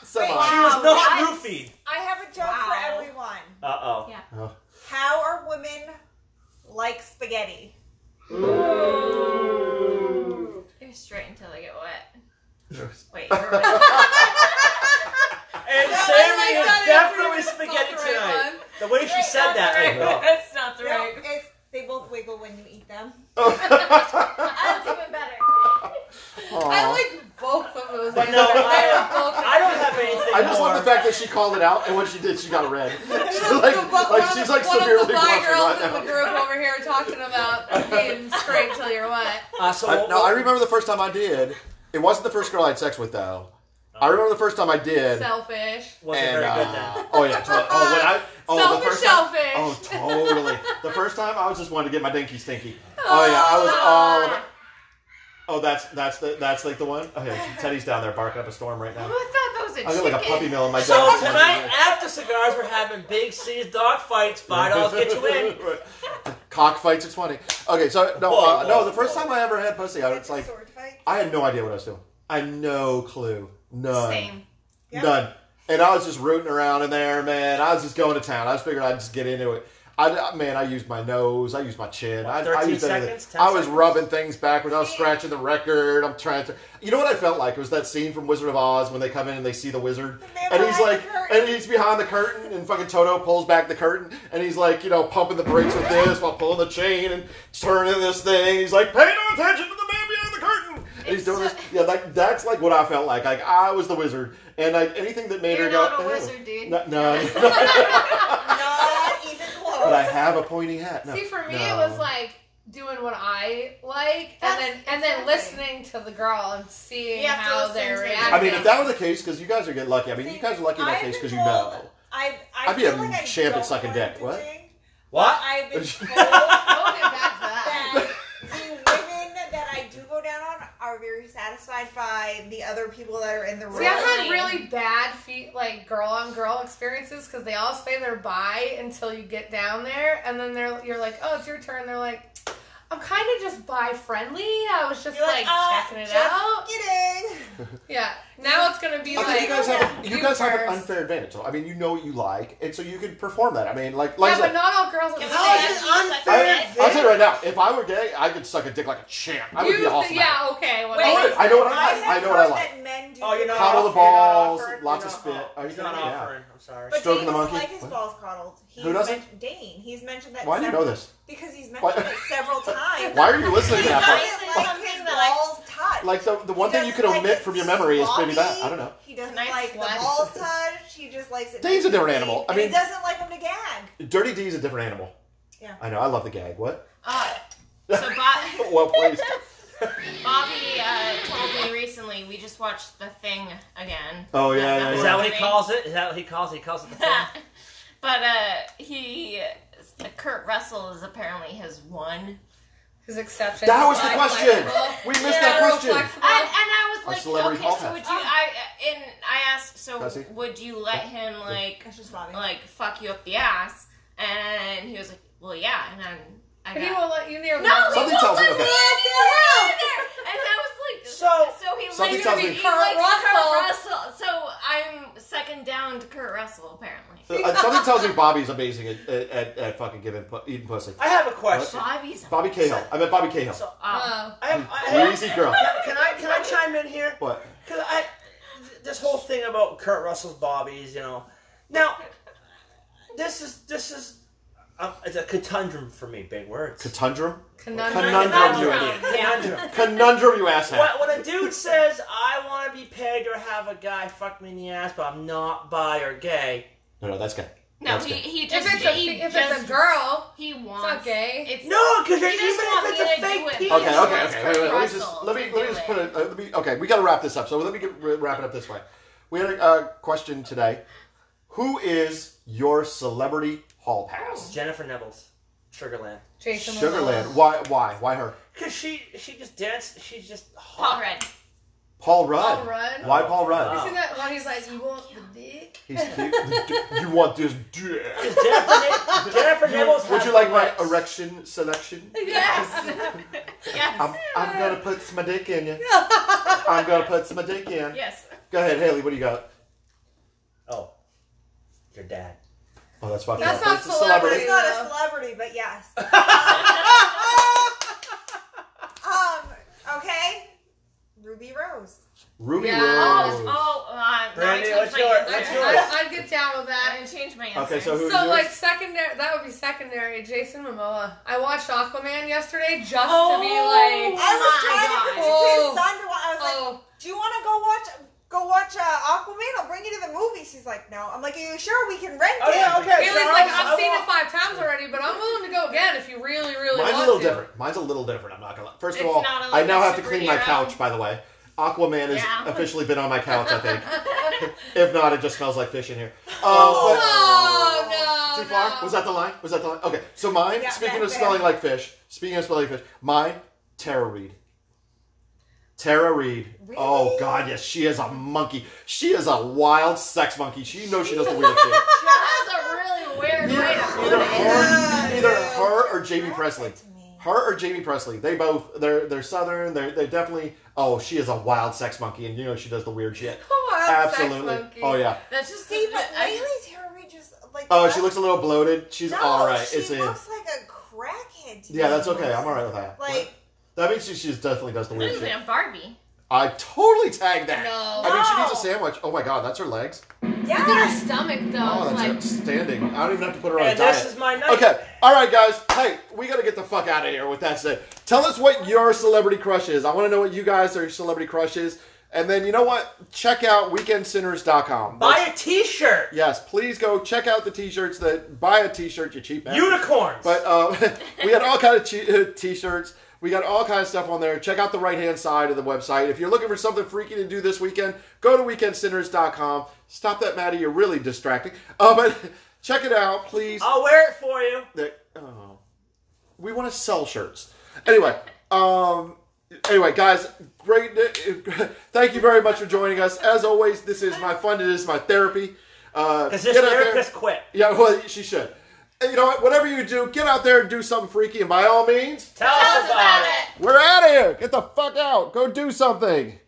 [SPEAKER 6] Semi.
[SPEAKER 10] She was not
[SPEAKER 12] Wow.
[SPEAKER 10] roofied.
[SPEAKER 12] I have a joke for everyone.
[SPEAKER 10] Uh oh.
[SPEAKER 12] Yeah.
[SPEAKER 6] Oh.
[SPEAKER 12] How are women like [laughs] spaghetti?
[SPEAKER 13] You're straight until they get wet. Wait.
[SPEAKER 6] [laughs]
[SPEAKER 10] And
[SPEAKER 13] No, I
[SPEAKER 10] Sammy
[SPEAKER 13] like
[SPEAKER 10] is
[SPEAKER 13] that
[SPEAKER 10] definitely
[SPEAKER 13] answer. It's
[SPEAKER 10] spaghetti
[SPEAKER 13] not the right
[SPEAKER 10] tonight.
[SPEAKER 13] one.
[SPEAKER 10] The way she
[SPEAKER 13] Wait,
[SPEAKER 10] said
[SPEAKER 13] that's
[SPEAKER 10] that.
[SPEAKER 13] right.
[SPEAKER 10] I know.
[SPEAKER 13] That's not the
[SPEAKER 12] No,
[SPEAKER 13] right.
[SPEAKER 12] it's they both wiggle when you eat them.
[SPEAKER 13] That's even better.
[SPEAKER 11] I
[SPEAKER 6] Aw.
[SPEAKER 11] like both of those.
[SPEAKER 10] But no,
[SPEAKER 11] answers.
[SPEAKER 10] I,
[SPEAKER 11] both
[SPEAKER 10] I don't have anything
[SPEAKER 6] I just
[SPEAKER 10] more.
[SPEAKER 6] love the fact that she called it out, and when she did, she got red. She's like,
[SPEAKER 11] But one
[SPEAKER 6] like
[SPEAKER 11] of
[SPEAKER 6] she's
[SPEAKER 11] the-
[SPEAKER 6] like
[SPEAKER 11] one of
[SPEAKER 6] severely
[SPEAKER 11] the fly
[SPEAKER 6] blushing
[SPEAKER 11] girls
[SPEAKER 6] right
[SPEAKER 11] in the
[SPEAKER 6] now.
[SPEAKER 11] group over here talking
[SPEAKER 6] [laughs]
[SPEAKER 11] about being straight till you're wet.
[SPEAKER 10] Uh, so
[SPEAKER 6] I, no, I remember the first time I did. It wasn't the first girl I had sex with, though. I remember the first time I did.
[SPEAKER 11] Selfish.
[SPEAKER 10] Oh. Wasn't
[SPEAKER 6] and,
[SPEAKER 10] very good
[SPEAKER 6] uh,
[SPEAKER 10] then.
[SPEAKER 6] [laughs] Oh yeah. to- oh, when I. Oh,
[SPEAKER 11] Selfish,
[SPEAKER 6] the first
[SPEAKER 11] selfish.
[SPEAKER 6] Time, oh, totally. The first time I was just wanting to get my dinky stinky. Oh yeah, I was all. About, oh, that's that's the that's like the one. Oh yeah, Teddy's down there barking up a storm right
[SPEAKER 13] Who
[SPEAKER 6] now.
[SPEAKER 13] thought that
[SPEAKER 6] I
[SPEAKER 13] was a
[SPEAKER 6] got
[SPEAKER 13] chicken?
[SPEAKER 6] like a puppy mill in my
[SPEAKER 10] So
[SPEAKER 6] dog's
[SPEAKER 10] tonight,
[SPEAKER 6] mouth.
[SPEAKER 10] after cigars, we're having big C's dog fights. Five dollars get you in.
[SPEAKER 6] [laughs] Cockfights at twenty. Okay, so no,
[SPEAKER 10] Whoa,
[SPEAKER 6] uh,
[SPEAKER 10] whoa,
[SPEAKER 6] no. The first
[SPEAKER 10] whoa.
[SPEAKER 6] time I ever had pussy, I was like,
[SPEAKER 12] sword fight.
[SPEAKER 6] I had no idea what I was doing. I had no clue. None.
[SPEAKER 13] Same.
[SPEAKER 12] Yeah.
[SPEAKER 6] None. And I was just rooting around in there, man. I was just going to town. I was figuring I'd just get into it. I, man, I used my nose. I used my chin. I, I
[SPEAKER 10] 13
[SPEAKER 6] used everything.
[SPEAKER 10] seconds, 10
[SPEAKER 6] I was
[SPEAKER 10] seconds.
[SPEAKER 6] rubbing things backwards. I was scratching the record. I'm trying to. You know what I felt like? It was that scene from Wizard of Oz when they come in and they see the wizard,
[SPEAKER 12] man
[SPEAKER 6] and he's
[SPEAKER 12] behind
[SPEAKER 6] like,
[SPEAKER 12] the curtain.
[SPEAKER 6] and he's behind the curtain, and fucking Toto pulls back the curtain, and he's like, you know, pumping the brakes with this while pulling the chain and turning this thing. He's like, pay no attention to the man behind the curtain. And he's
[SPEAKER 13] It's
[SPEAKER 6] doing this.
[SPEAKER 13] so-
[SPEAKER 6] Yeah, like that's like what I felt like. Like I was the wizard, and like anything that made
[SPEAKER 13] You're
[SPEAKER 6] her
[SPEAKER 13] not
[SPEAKER 6] go,
[SPEAKER 13] a
[SPEAKER 6] "Ew."
[SPEAKER 13] wizard, dude.
[SPEAKER 6] No,
[SPEAKER 11] [laughs]
[SPEAKER 6] no.
[SPEAKER 12] Not even close.
[SPEAKER 6] but I have a pointy hat. No.
[SPEAKER 11] See, for me,
[SPEAKER 6] No.
[SPEAKER 11] it was like doing what I like,
[SPEAKER 13] That's
[SPEAKER 11] and then and then
[SPEAKER 13] exactly.
[SPEAKER 11] listening to the girl and seeing
[SPEAKER 12] You have to
[SPEAKER 11] how
[SPEAKER 12] listen
[SPEAKER 11] they're
[SPEAKER 12] to it.
[SPEAKER 11] reacting.
[SPEAKER 6] I mean, if that were the case, because you guys are getting lucky. I mean,
[SPEAKER 12] See,
[SPEAKER 6] you guys are lucky in that
[SPEAKER 12] I've
[SPEAKER 6] case
[SPEAKER 12] been
[SPEAKER 6] because you
[SPEAKER 12] told-
[SPEAKER 6] know.
[SPEAKER 12] I've, I
[SPEAKER 6] I'd be a
[SPEAKER 12] feel like I
[SPEAKER 6] champ at
[SPEAKER 12] don't
[SPEAKER 6] sucking
[SPEAKER 12] want
[SPEAKER 6] dick.
[SPEAKER 12] to
[SPEAKER 6] What?
[SPEAKER 12] ding, but
[SPEAKER 10] What?
[SPEAKER 12] I've
[SPEAKER 6] [laughs]
[SPEAKER 12] been
[SPEAKER 11] Don't
[SPEAKER 12] told
[SPEAKER 11] get back to that.
[SPEAKER 12] that [laughs] the women that I do go down on are very satisfied by the other people that are in the room.
[SPEAKER 11] See, I've had
[SPEAKER 13] Really?
[SPEAKER 11] really bad feet, like girl on girl experiences because they all say they're bi until you get down there, and then they're you're like, oh, it's your turn. They're like, I'm kind of just bi friendly. I was just
[SPEAKER 12] You're
[SPEAKER 11] like,
[SPEAKER 12] "Ah,
[SPEAKER 11] checking it
[SPEAKER 12] just
[SPEAKER 11] out.
[SPEAKER 12] Kidding.
[SPEAKER 11] Yeah. Now it's gonna be
[SPEAKER 6] I
[SPEAKER 11] like
[SPEAKER 6] mean, you guys have you guys have an
[SPEAKER 11] first.
[SPEAKER 6] unfair advantage. though. I mean, you know what you like, and so you can perform that. I mean, like, like I
[SPEAKER 11] yeah,
[SPEAKER 6] said,
[SPEAKER 11] but not all girls are "Oh, the
[SPEAKER 10] How is
[SPEAKER 11] same.
[SPEAKER 10] it unfair?
[SPEAKER 12] "Oh,
[SPEAKER 6] I, I'll tell you right now, if I were gay, I could suck a dick like a champ. I would
[SPEAKER 11] You
[SPEAKER 6] be
[SPEAKER 11] th-
[SPEAKER 6] awesome. at
[SPEAKER 11] yeah, okay.
[SPEAKER 6] it. I
[SPEAKER 11] Whatever.
[SPEAKER 6] would. I know what I like.
[SPEAKER 12] have
[SPEAKER 6] I know what I
[SPEAKER 12] heard
[SPEAKER 6] like.
[SPEAKER 12] That men do.
[SPEAKER 10] Oh, you're not
[SPEAKER 6] Coddle the
[SPEAKER 10] off- you're not
[SPEAKER 6] balls,
[SPEAKER 10] offering?
[SPEAKER 6] lots
[SPEAKER 10] You're
[SPEAKER 6] of
[SPEAKER 10] not
[SPEAKER 6] spit.
[SPEAKER 10] off-
[SPEAKER 6] Are you
[SPEAKER 10] He's not
[SPEAKER 6] kidding me? Yeah.
[SPEAKER 10] offering. I'm sorry.
[SPEAKER 12] But
[SPEAKER 6] Stroking
[SPEAKER 12] Dane
[SPEAKER 6] the
[SPEAKER 12] doesn't
[SPEAKER 6] monkey?
[SPEAKER 12] like his
[SPEAKER 6] What?
[SPEAKER 12] balls coddled. He's
[SPEAKER 6] Who doesn't?
[SPEAKER 12] men- Dane. He's mentioned that.
[SPEAKER 6] Why do you
[SPEAKER 12] several-
[SPEAKER 6] know this?
[SPEAKER 12] Because he's mentioned
[SPEAKER 6] Why-
[SPEAKER 12] it
[SPEAKER 6] [laughs]
[SPEAKER 12] several times.
[SPEAKER 6] Why are you listening to
[SPEAKER 12] He
[SPEAKER 6] that? part?
[SPEAKER 12] doesn't like his balls touched.
[SPEAKER 6] Like the, the one
[SPEAKER 12] He
[SPEAKER 6] thing you
[SPEAKER 12] doesn't
[SPEAKER 6] can
[SPEAKER 12] like
[SPEAKER 6] omit
[SPEAKER 12] it
[SPEAKER 6] from your memory is maybe that. I
[SPEAKER 12] sloppy.
[SPEAKER 6] don't know.
[SPEAKER 12] He doesn't
[SPEAKER 13] Nice
[SPEAKER 12] like the
[SPEAKER 13] flesh.
[SPEAKER 12] balls touched. He just likes it.
[SPEAKER 6] Dane's a different animal. I
[SPEAKER 12] And
[SPEAKER 6] mean-
[SPEAKER 12] he doesn't like him to gag.
[SPEAKER 6] Dirty D is a different animal.
[SPEAKER 12] Yeah.
[SPEAKER 6] I know. I love the gag. What?
[SPEAKER 13] Uh, so Bob,
[SPEAKER 6] [laughs] well please.
[SPEAKER 13] Bobby uh, told me recently we just watched The Thing again.
[SPEAKER 6] Oh yeah, yeah.
[SPEAKER 13] Is
[SPEAKER 10] Is
[SPEAKER 6] yeah.
[SPEAKER 10] that what he calls it? Is that what he calls it? He calls it
[SPEAKER 13] [laughs]
[SPEAKER 10] the thing.
[SPEAKER 13] but uh, he, Kurt Russell is apparently his one.
[SPEAKER 11] His exception.
[SPEAKER 6] That was the
[SPEAKER 11] Like,
[SPEAKER 6] question.
[SPEAKER 11] flexible.
[SPEAKER 6] We missed
[SPEAKER 11] They're
[SPEAKER 6] that
[SPEAKER 11] real
[SPEAKER 6] question.
[SPEAKER 11] flexible.
[SPEAKER 13] And, and I
[SPEAKER 6] Our
[SPEAKER 13] was like,
[SPEAKER 6] celebrity
[SPEAKER 13] okay, so
[SPEAKER 6] podcast.
[SPEAKER 13] would you? I and I asked, so
[SPEAKER 6] Bessie?
[SPEAKER 13] would you let him like
[SPEAKER 12] That's just Bobby.
[SPEAKER 13] like fuck you up the ass? And he was like, well, yeah. And I'm, I
[SPEAKER 11] But he
[SPEAKER 13] got-
[SPEAKER 11] won't let you near.
[SPEAKER 13] No,
[SPEAKER 12] [laughs]
[SPEAKER 11] the-
[SPEAKER 6] Something tells me- okay.
[SPEAKER 13] And I was like,
[SPEAKER 10] So-
[SPEAKER 13] so he
[SPEAKER 6] Something
[SPEAKER 13] Wait,
[SPEAKER 6] tells
[SPEAKER 13] he
[SPEAKER 6] me.
[SPEAKER 13] likes
[SPEAKER 11] Kurt
[SPEAKER 13] Kurt
[SPEAKER 11] Russell.
[SPEAKER 13] Russell. So I'm second down to Kurt Russell, apparently.
[SPEAKER 6] Uh, something tells me Bobby's amazing at, at, at, at fucking giving pu- eating pussy.
[SPEAKER 10] I have a question.
[SPEAKER 13] Bobby's
[SPEAKER 6] Bobby Cahill. I meant Bobby Cahill.
[SPEAKER 10] So, um,
[SPEAKER 11] Uh,
[SPEAKER 13] Oh.
[SPEAKER 10] I have, I
[SPEAKER 6] You're an easy girl.
[SPEAKER 10] Can I can I chime in here?
[SPEAKER 6] What?
[SPEAKER 10] Because I th- this whole thing about Kurt Russell's bobbies, you know. Now, this is this is uh, it's a conundrum for me. Big words.
[SPEAKER 6] Conundrum?
[SPEAKER 11] Conundrum.
[SPEAKER 6] Conundrum, you
[SPEAKER 10] Conundrum.
[SPEAKER 6] idiot.
[SPEAKER 10] Conundrum.
[SPEAKER 6] Conundrum, you asshat.
[SPEAKER 10] When, when a dude says, "I want to be pegged or have a guy fuck me in the ass, but I'm not bi or gay,"
[SPEAKER 6] No, no, that's gay.
[SPEAKER 13] No,
[SPEAKER 6] That's
[SPEAKER 13] he,
[SPEAKER 6] gay.
[SPEAKER 13] he
[SPEAKER 11] If
[SPEAKER 13] just
[SPEAKER 11] it's a-
[SPEAKER 13] he
[SPEAKER 11] if it's
[SPEAKER 13] just,
[SPEAKER 11] a girl,
[SPEAKER 13] he wants
[SPEAKER 11] not gay.
[SPEAKER 13] It's
[SPEAKER 10] No, 'cause
[SPEAKER 13] he
[SPEAKER 10] you're-
[SPEAKER 13] doesn't
[SPEAKER 10] even
[SPEAKER 13] want
[SPEAKER 10] if it's a
[SPEAKER 13] me to
[SPEAKER 10] fake
[SPEAKER 13] do it.
[SPEAKER 10] penis,
[SPEAKER 6] Okay,
[SPEAKER 10] He
[SPEAKER 6] okay,
[SPEAKER 10] wants
[SPEAKER 6] okay. Wait, wait, let me
[SPEAKER 13] Russell
[SPEAKER 6] just let me
[SPEAKER 13] to
[SPEAKER 6] let me
[SPEAKER 13] do
[SPEAKER 6] just
[SPEAKER 13] it.
[SPEAKER 6] put it. Uh, let me okay. We got to wrap this up. So let me get, wrap it up this way. We had a uh, question today. Who is your celebrity hall pass?
[SPEAKER 10] Jennifer Neville's Sugarland.
[SPEAKER 11] Jason
[SPEAKER 6] Sugarland. Why? Why? Why her?
[SPEAKER 10] Cause she she just danced. She's just
[SPEAKER 13] Paul
[SPEAKER 10] hot.
[SPEAKER 13] Rudd.
[SPEAKER 6] Paul Rudd.
[SPEAKER 11] Paul Rudd?
[SPEAKER 6] Why Paul Rudd?
[SPEAKER 11] You see that one? He's like, you want the dick?
[SPEAKER 6] He's cute. [laughs] you want this dick?
[SPEAKER 10] Jennifer, Ne- Jennifer Neville's.
[SPEAKER 6] Would
[SPEAKER 10] has
[SPEAKER 6] you like
[SPEAKER 10] the
[SPEAKER 6] my
[SPEAKER 10] rights.
[SPEAKER 6] erection selection?
[SPEAKER 13] Yes. yes.
[SPEAKER 6] I'm, I'm gonna put some of my dick in you. I'm gonna put some of my dick in.
[SPEAKER 13] yes.
[SPEAKER 6] Go ahead, Haley. What do you got?
[SPEAKER 10] Oh, your dad.
[SPEAKER 6] Oh, that's fucking.
[SPEAKER 11] That's
[SPEAKER 6] up.
[SPEAKER 11] not
[SPEAKER 6] It's a
[SPEAKER 11] celebrity.
[SPEAKER 12] He's not
[SPEAKER 11] Yeah.
[SPEAKER 12] a celebrity, but yes. um, okay. Ruby Rose.
[SPEAKER 6] Ruby
[SPEAKER 11] Yeah.
[SPEAKER 6] Rose.
[SPEAKER 13] Oh, uh, now I
[SPEAKER 10] Brandy,
[SPEAKER 13] changed
[SPEAKER 10] what's
[SPEAKER 13] my
[SPEAKER 10] your-
[SPEAKER 13] answer.
[SPEAKER 10] what's your-
[SPEAKER 11] I, I'd get down with that.
[SPEAKER 13] I changed my answer.
[SPEAKER 6] Okay, so who?
[SPEAKER 11] So
[SPEAKER 6] is yours?
[SPEAKER 11] like secondary, that would be secondary. Jason Momoa. I watched Aquaman yesterday just
[SPEAKER 13] Oh.
[SPEAKER 11] to be like,
[SPEAKER 12] I was
[SPEAKER 13] my
[SPEAKER 12] trying
[SPEAKER 13] God.
[SPEAKER 12] to convince
[SPEAKER 11] Oh.
[SPEAKER 12] his son to watch. I was like,
[SPEAKER 11] oh,
[SPEAKER 12] "Do you want to go watch?" Go watch uh, Aquaman. I'll bring you to the movie. She's like, no. I'm like, are you sure we can rent
[SPEAKER 10] Oh,
[SPEAKER 12] it?
[SPEAKER 10] yeah, okay.
[SPEAKER 11] it was
[SPEAKER 10] so
[SPEAKER 11] like
[SPEAKER 10] I- I
[SPEAKER 11] I've seen it
[SPEAKER 10] want-
[SPEAKER 11] five times already, but I'm willing to go again if you really, really
[SPEAKER 6] Mine's a
[SPEAKER 11] want
[SPEAKER 6] little
[SPEAKER 11] to. [laughs]
[SPEAKER 6] different. Mine's a little different. I'm not gonna. lie. First of
[SPEAKER 13] It's
[SPEAKER 6] all,
[SPEAKER 13] not a,
[SPEAKER 6] I
[SPEAKER 13] like,
[SPEAKER 6] now
[SPEAKER 13] a
[SPEAKER 6] have to clean my
[SPEAKER 13] superhero.
[SPEAKER 6] couch. By the way, Aquaman has
[SPEAKER 13] Yeah.
[SPEAKER 6] officially been on my couch. I think. if not, it just smells like fish in here. Um,
[SPEAKER 11] Oh
[SPEAKER 6] but-
[SPEAKER 11] no!
[SPEAKER 6] too far?
[SPEAKER 11] no.
[SPEAKER 6] Was that the line? Was that the line? Okay. So mine.
[SPEAKER 12] Yeah,
[SPEAKER 6] speaking
[SPEAKER 12] yeah,
[SPEAKER 6] of
[SPEAKER 12] yeah.
[SPEAKER 6] smelling like fish. Speaking of smelling like fish. Mine. Tara Reed. Tara Reed. Oh
[SPEAKER 12] Really?
[SPEAKER 6] God, yes, she is a monkey. She is a wild sex monkey. She knows she does the weird shit.
[SPEAKER 12] [laughs]
[SPEAKER 13] That was a really weird way to put
[SPEAKER 6] Either
[SPEAKER 13] it.
[SPEAKER 6] her, either her or Jamie
[SPEAKER 12] Attracted
[SPEAKER 6] Presley.
[SPEAKER 12] to me.
[SPEAKER 6] Her or Jamie Presley. They both. They're they're southern. They're they're definitely. Oh, she is a wild sex monkey, and you know she does the weird shit.
[SPEAKER 11] Oh, I'm a sex
[SPEAKER 6] Absolutely.
[SPEAKER 11] monkey.
[SPEAKER 6] Oh yeah.
[SPEAKER 13] That's just
[SPEAKER 12] See, but
[SPEAKER 13] I-
[SPEAKER 12] lately Tara Reed just like.
[SPEAKER 6] Oh, she looks a little bloated. She's
[SPEAKER 12] No,
[SPEAKER 6] all right.
[SPEAKER 12] She
[SPEAKER 6] it's in.
[SPEAKER 12] looks like a crackhead. to
[SPEAKER 6] Yeah, that's
[SPEAKER 12] me.
[SPEAKER 6] okay. I'm all right with that.
[SPEAKER 12] Like-
[SPEAKER 6] that means she, she definitely does the
[SPEAKER 13] What
[SPEAKER 6] weird
[SPEAKER 13] is it,
[SPEAKER 6] shit.
[SPEAKER 13] a Barbie?
[SPEAKER 6] I totally tagged that.
[SPEAKER 11] No.
[SPEAKER 6] I mean, she
[SPEAKER 12] No.
[SPEAKER 6] needs a sandwich. Oh my god, that's her legs.
[SPEAKER 11] Look at
[SPEAKER 12] Yes.
[SPEAKER 11] her stomach though.
[SPEAKER 6] Oh, that's
[SPEAKER 11] like,
[SPEAKER 6] outstanding. I don't even have to put her on a
[SPEAKER 10] And
[SPEAKER 6] diet.
[SPEAKER 10] this is my night.
[SPEAKER 6] Okay. All right, guys. Hey, we got to get the fuck out of here with that said. Tell us what your celebrity crush is. I want to know what you guys are celebrity crushes. And then, you know what? Check out weekendsinners.com.
[SPEAKER 10] Buy
[SPEAKER 6] That's-
[SPEAKER 10] a T-shirt.
[SPEAKER 6] Yes, please go check out the t-shirts that buy a t-shirt, you cheap ass.
[SPEAKER 10] Unicorns.
[SPEAKER 6] But uh, [laughs] we had all kind of che- uh, t-shirts. We got all kind of stuff on there. Check out the right-hand side of the website. If you're looking for something freaky to do this weekend, go to weekendsinners.com. Stop that, Maddie. You're really distracting. Uh, but [laughs] check it out, please.
[SPEAKER 10] I'll wear it for you.
[SPEAKER 6] That- oh. We want to sell shirts. Anyway, um, anyway, guys, great. [laughs] Thank you very much for joining us. As always, this is my fun. It is my therapy. Uh,
[SPEAKER 10] Because this
[SPEAKER 6] get out there-
[SPEAKER 10] therapist quit.
[SPEAKER 6] [laughs] yeah, well, she should. And you know what? Whatever you do, get out there and do something freaky. And by all means,
[SPEAKER 10] Tell, us about it.
[SPEAKER 6] we're out of here. Get the fuck out. Go do something.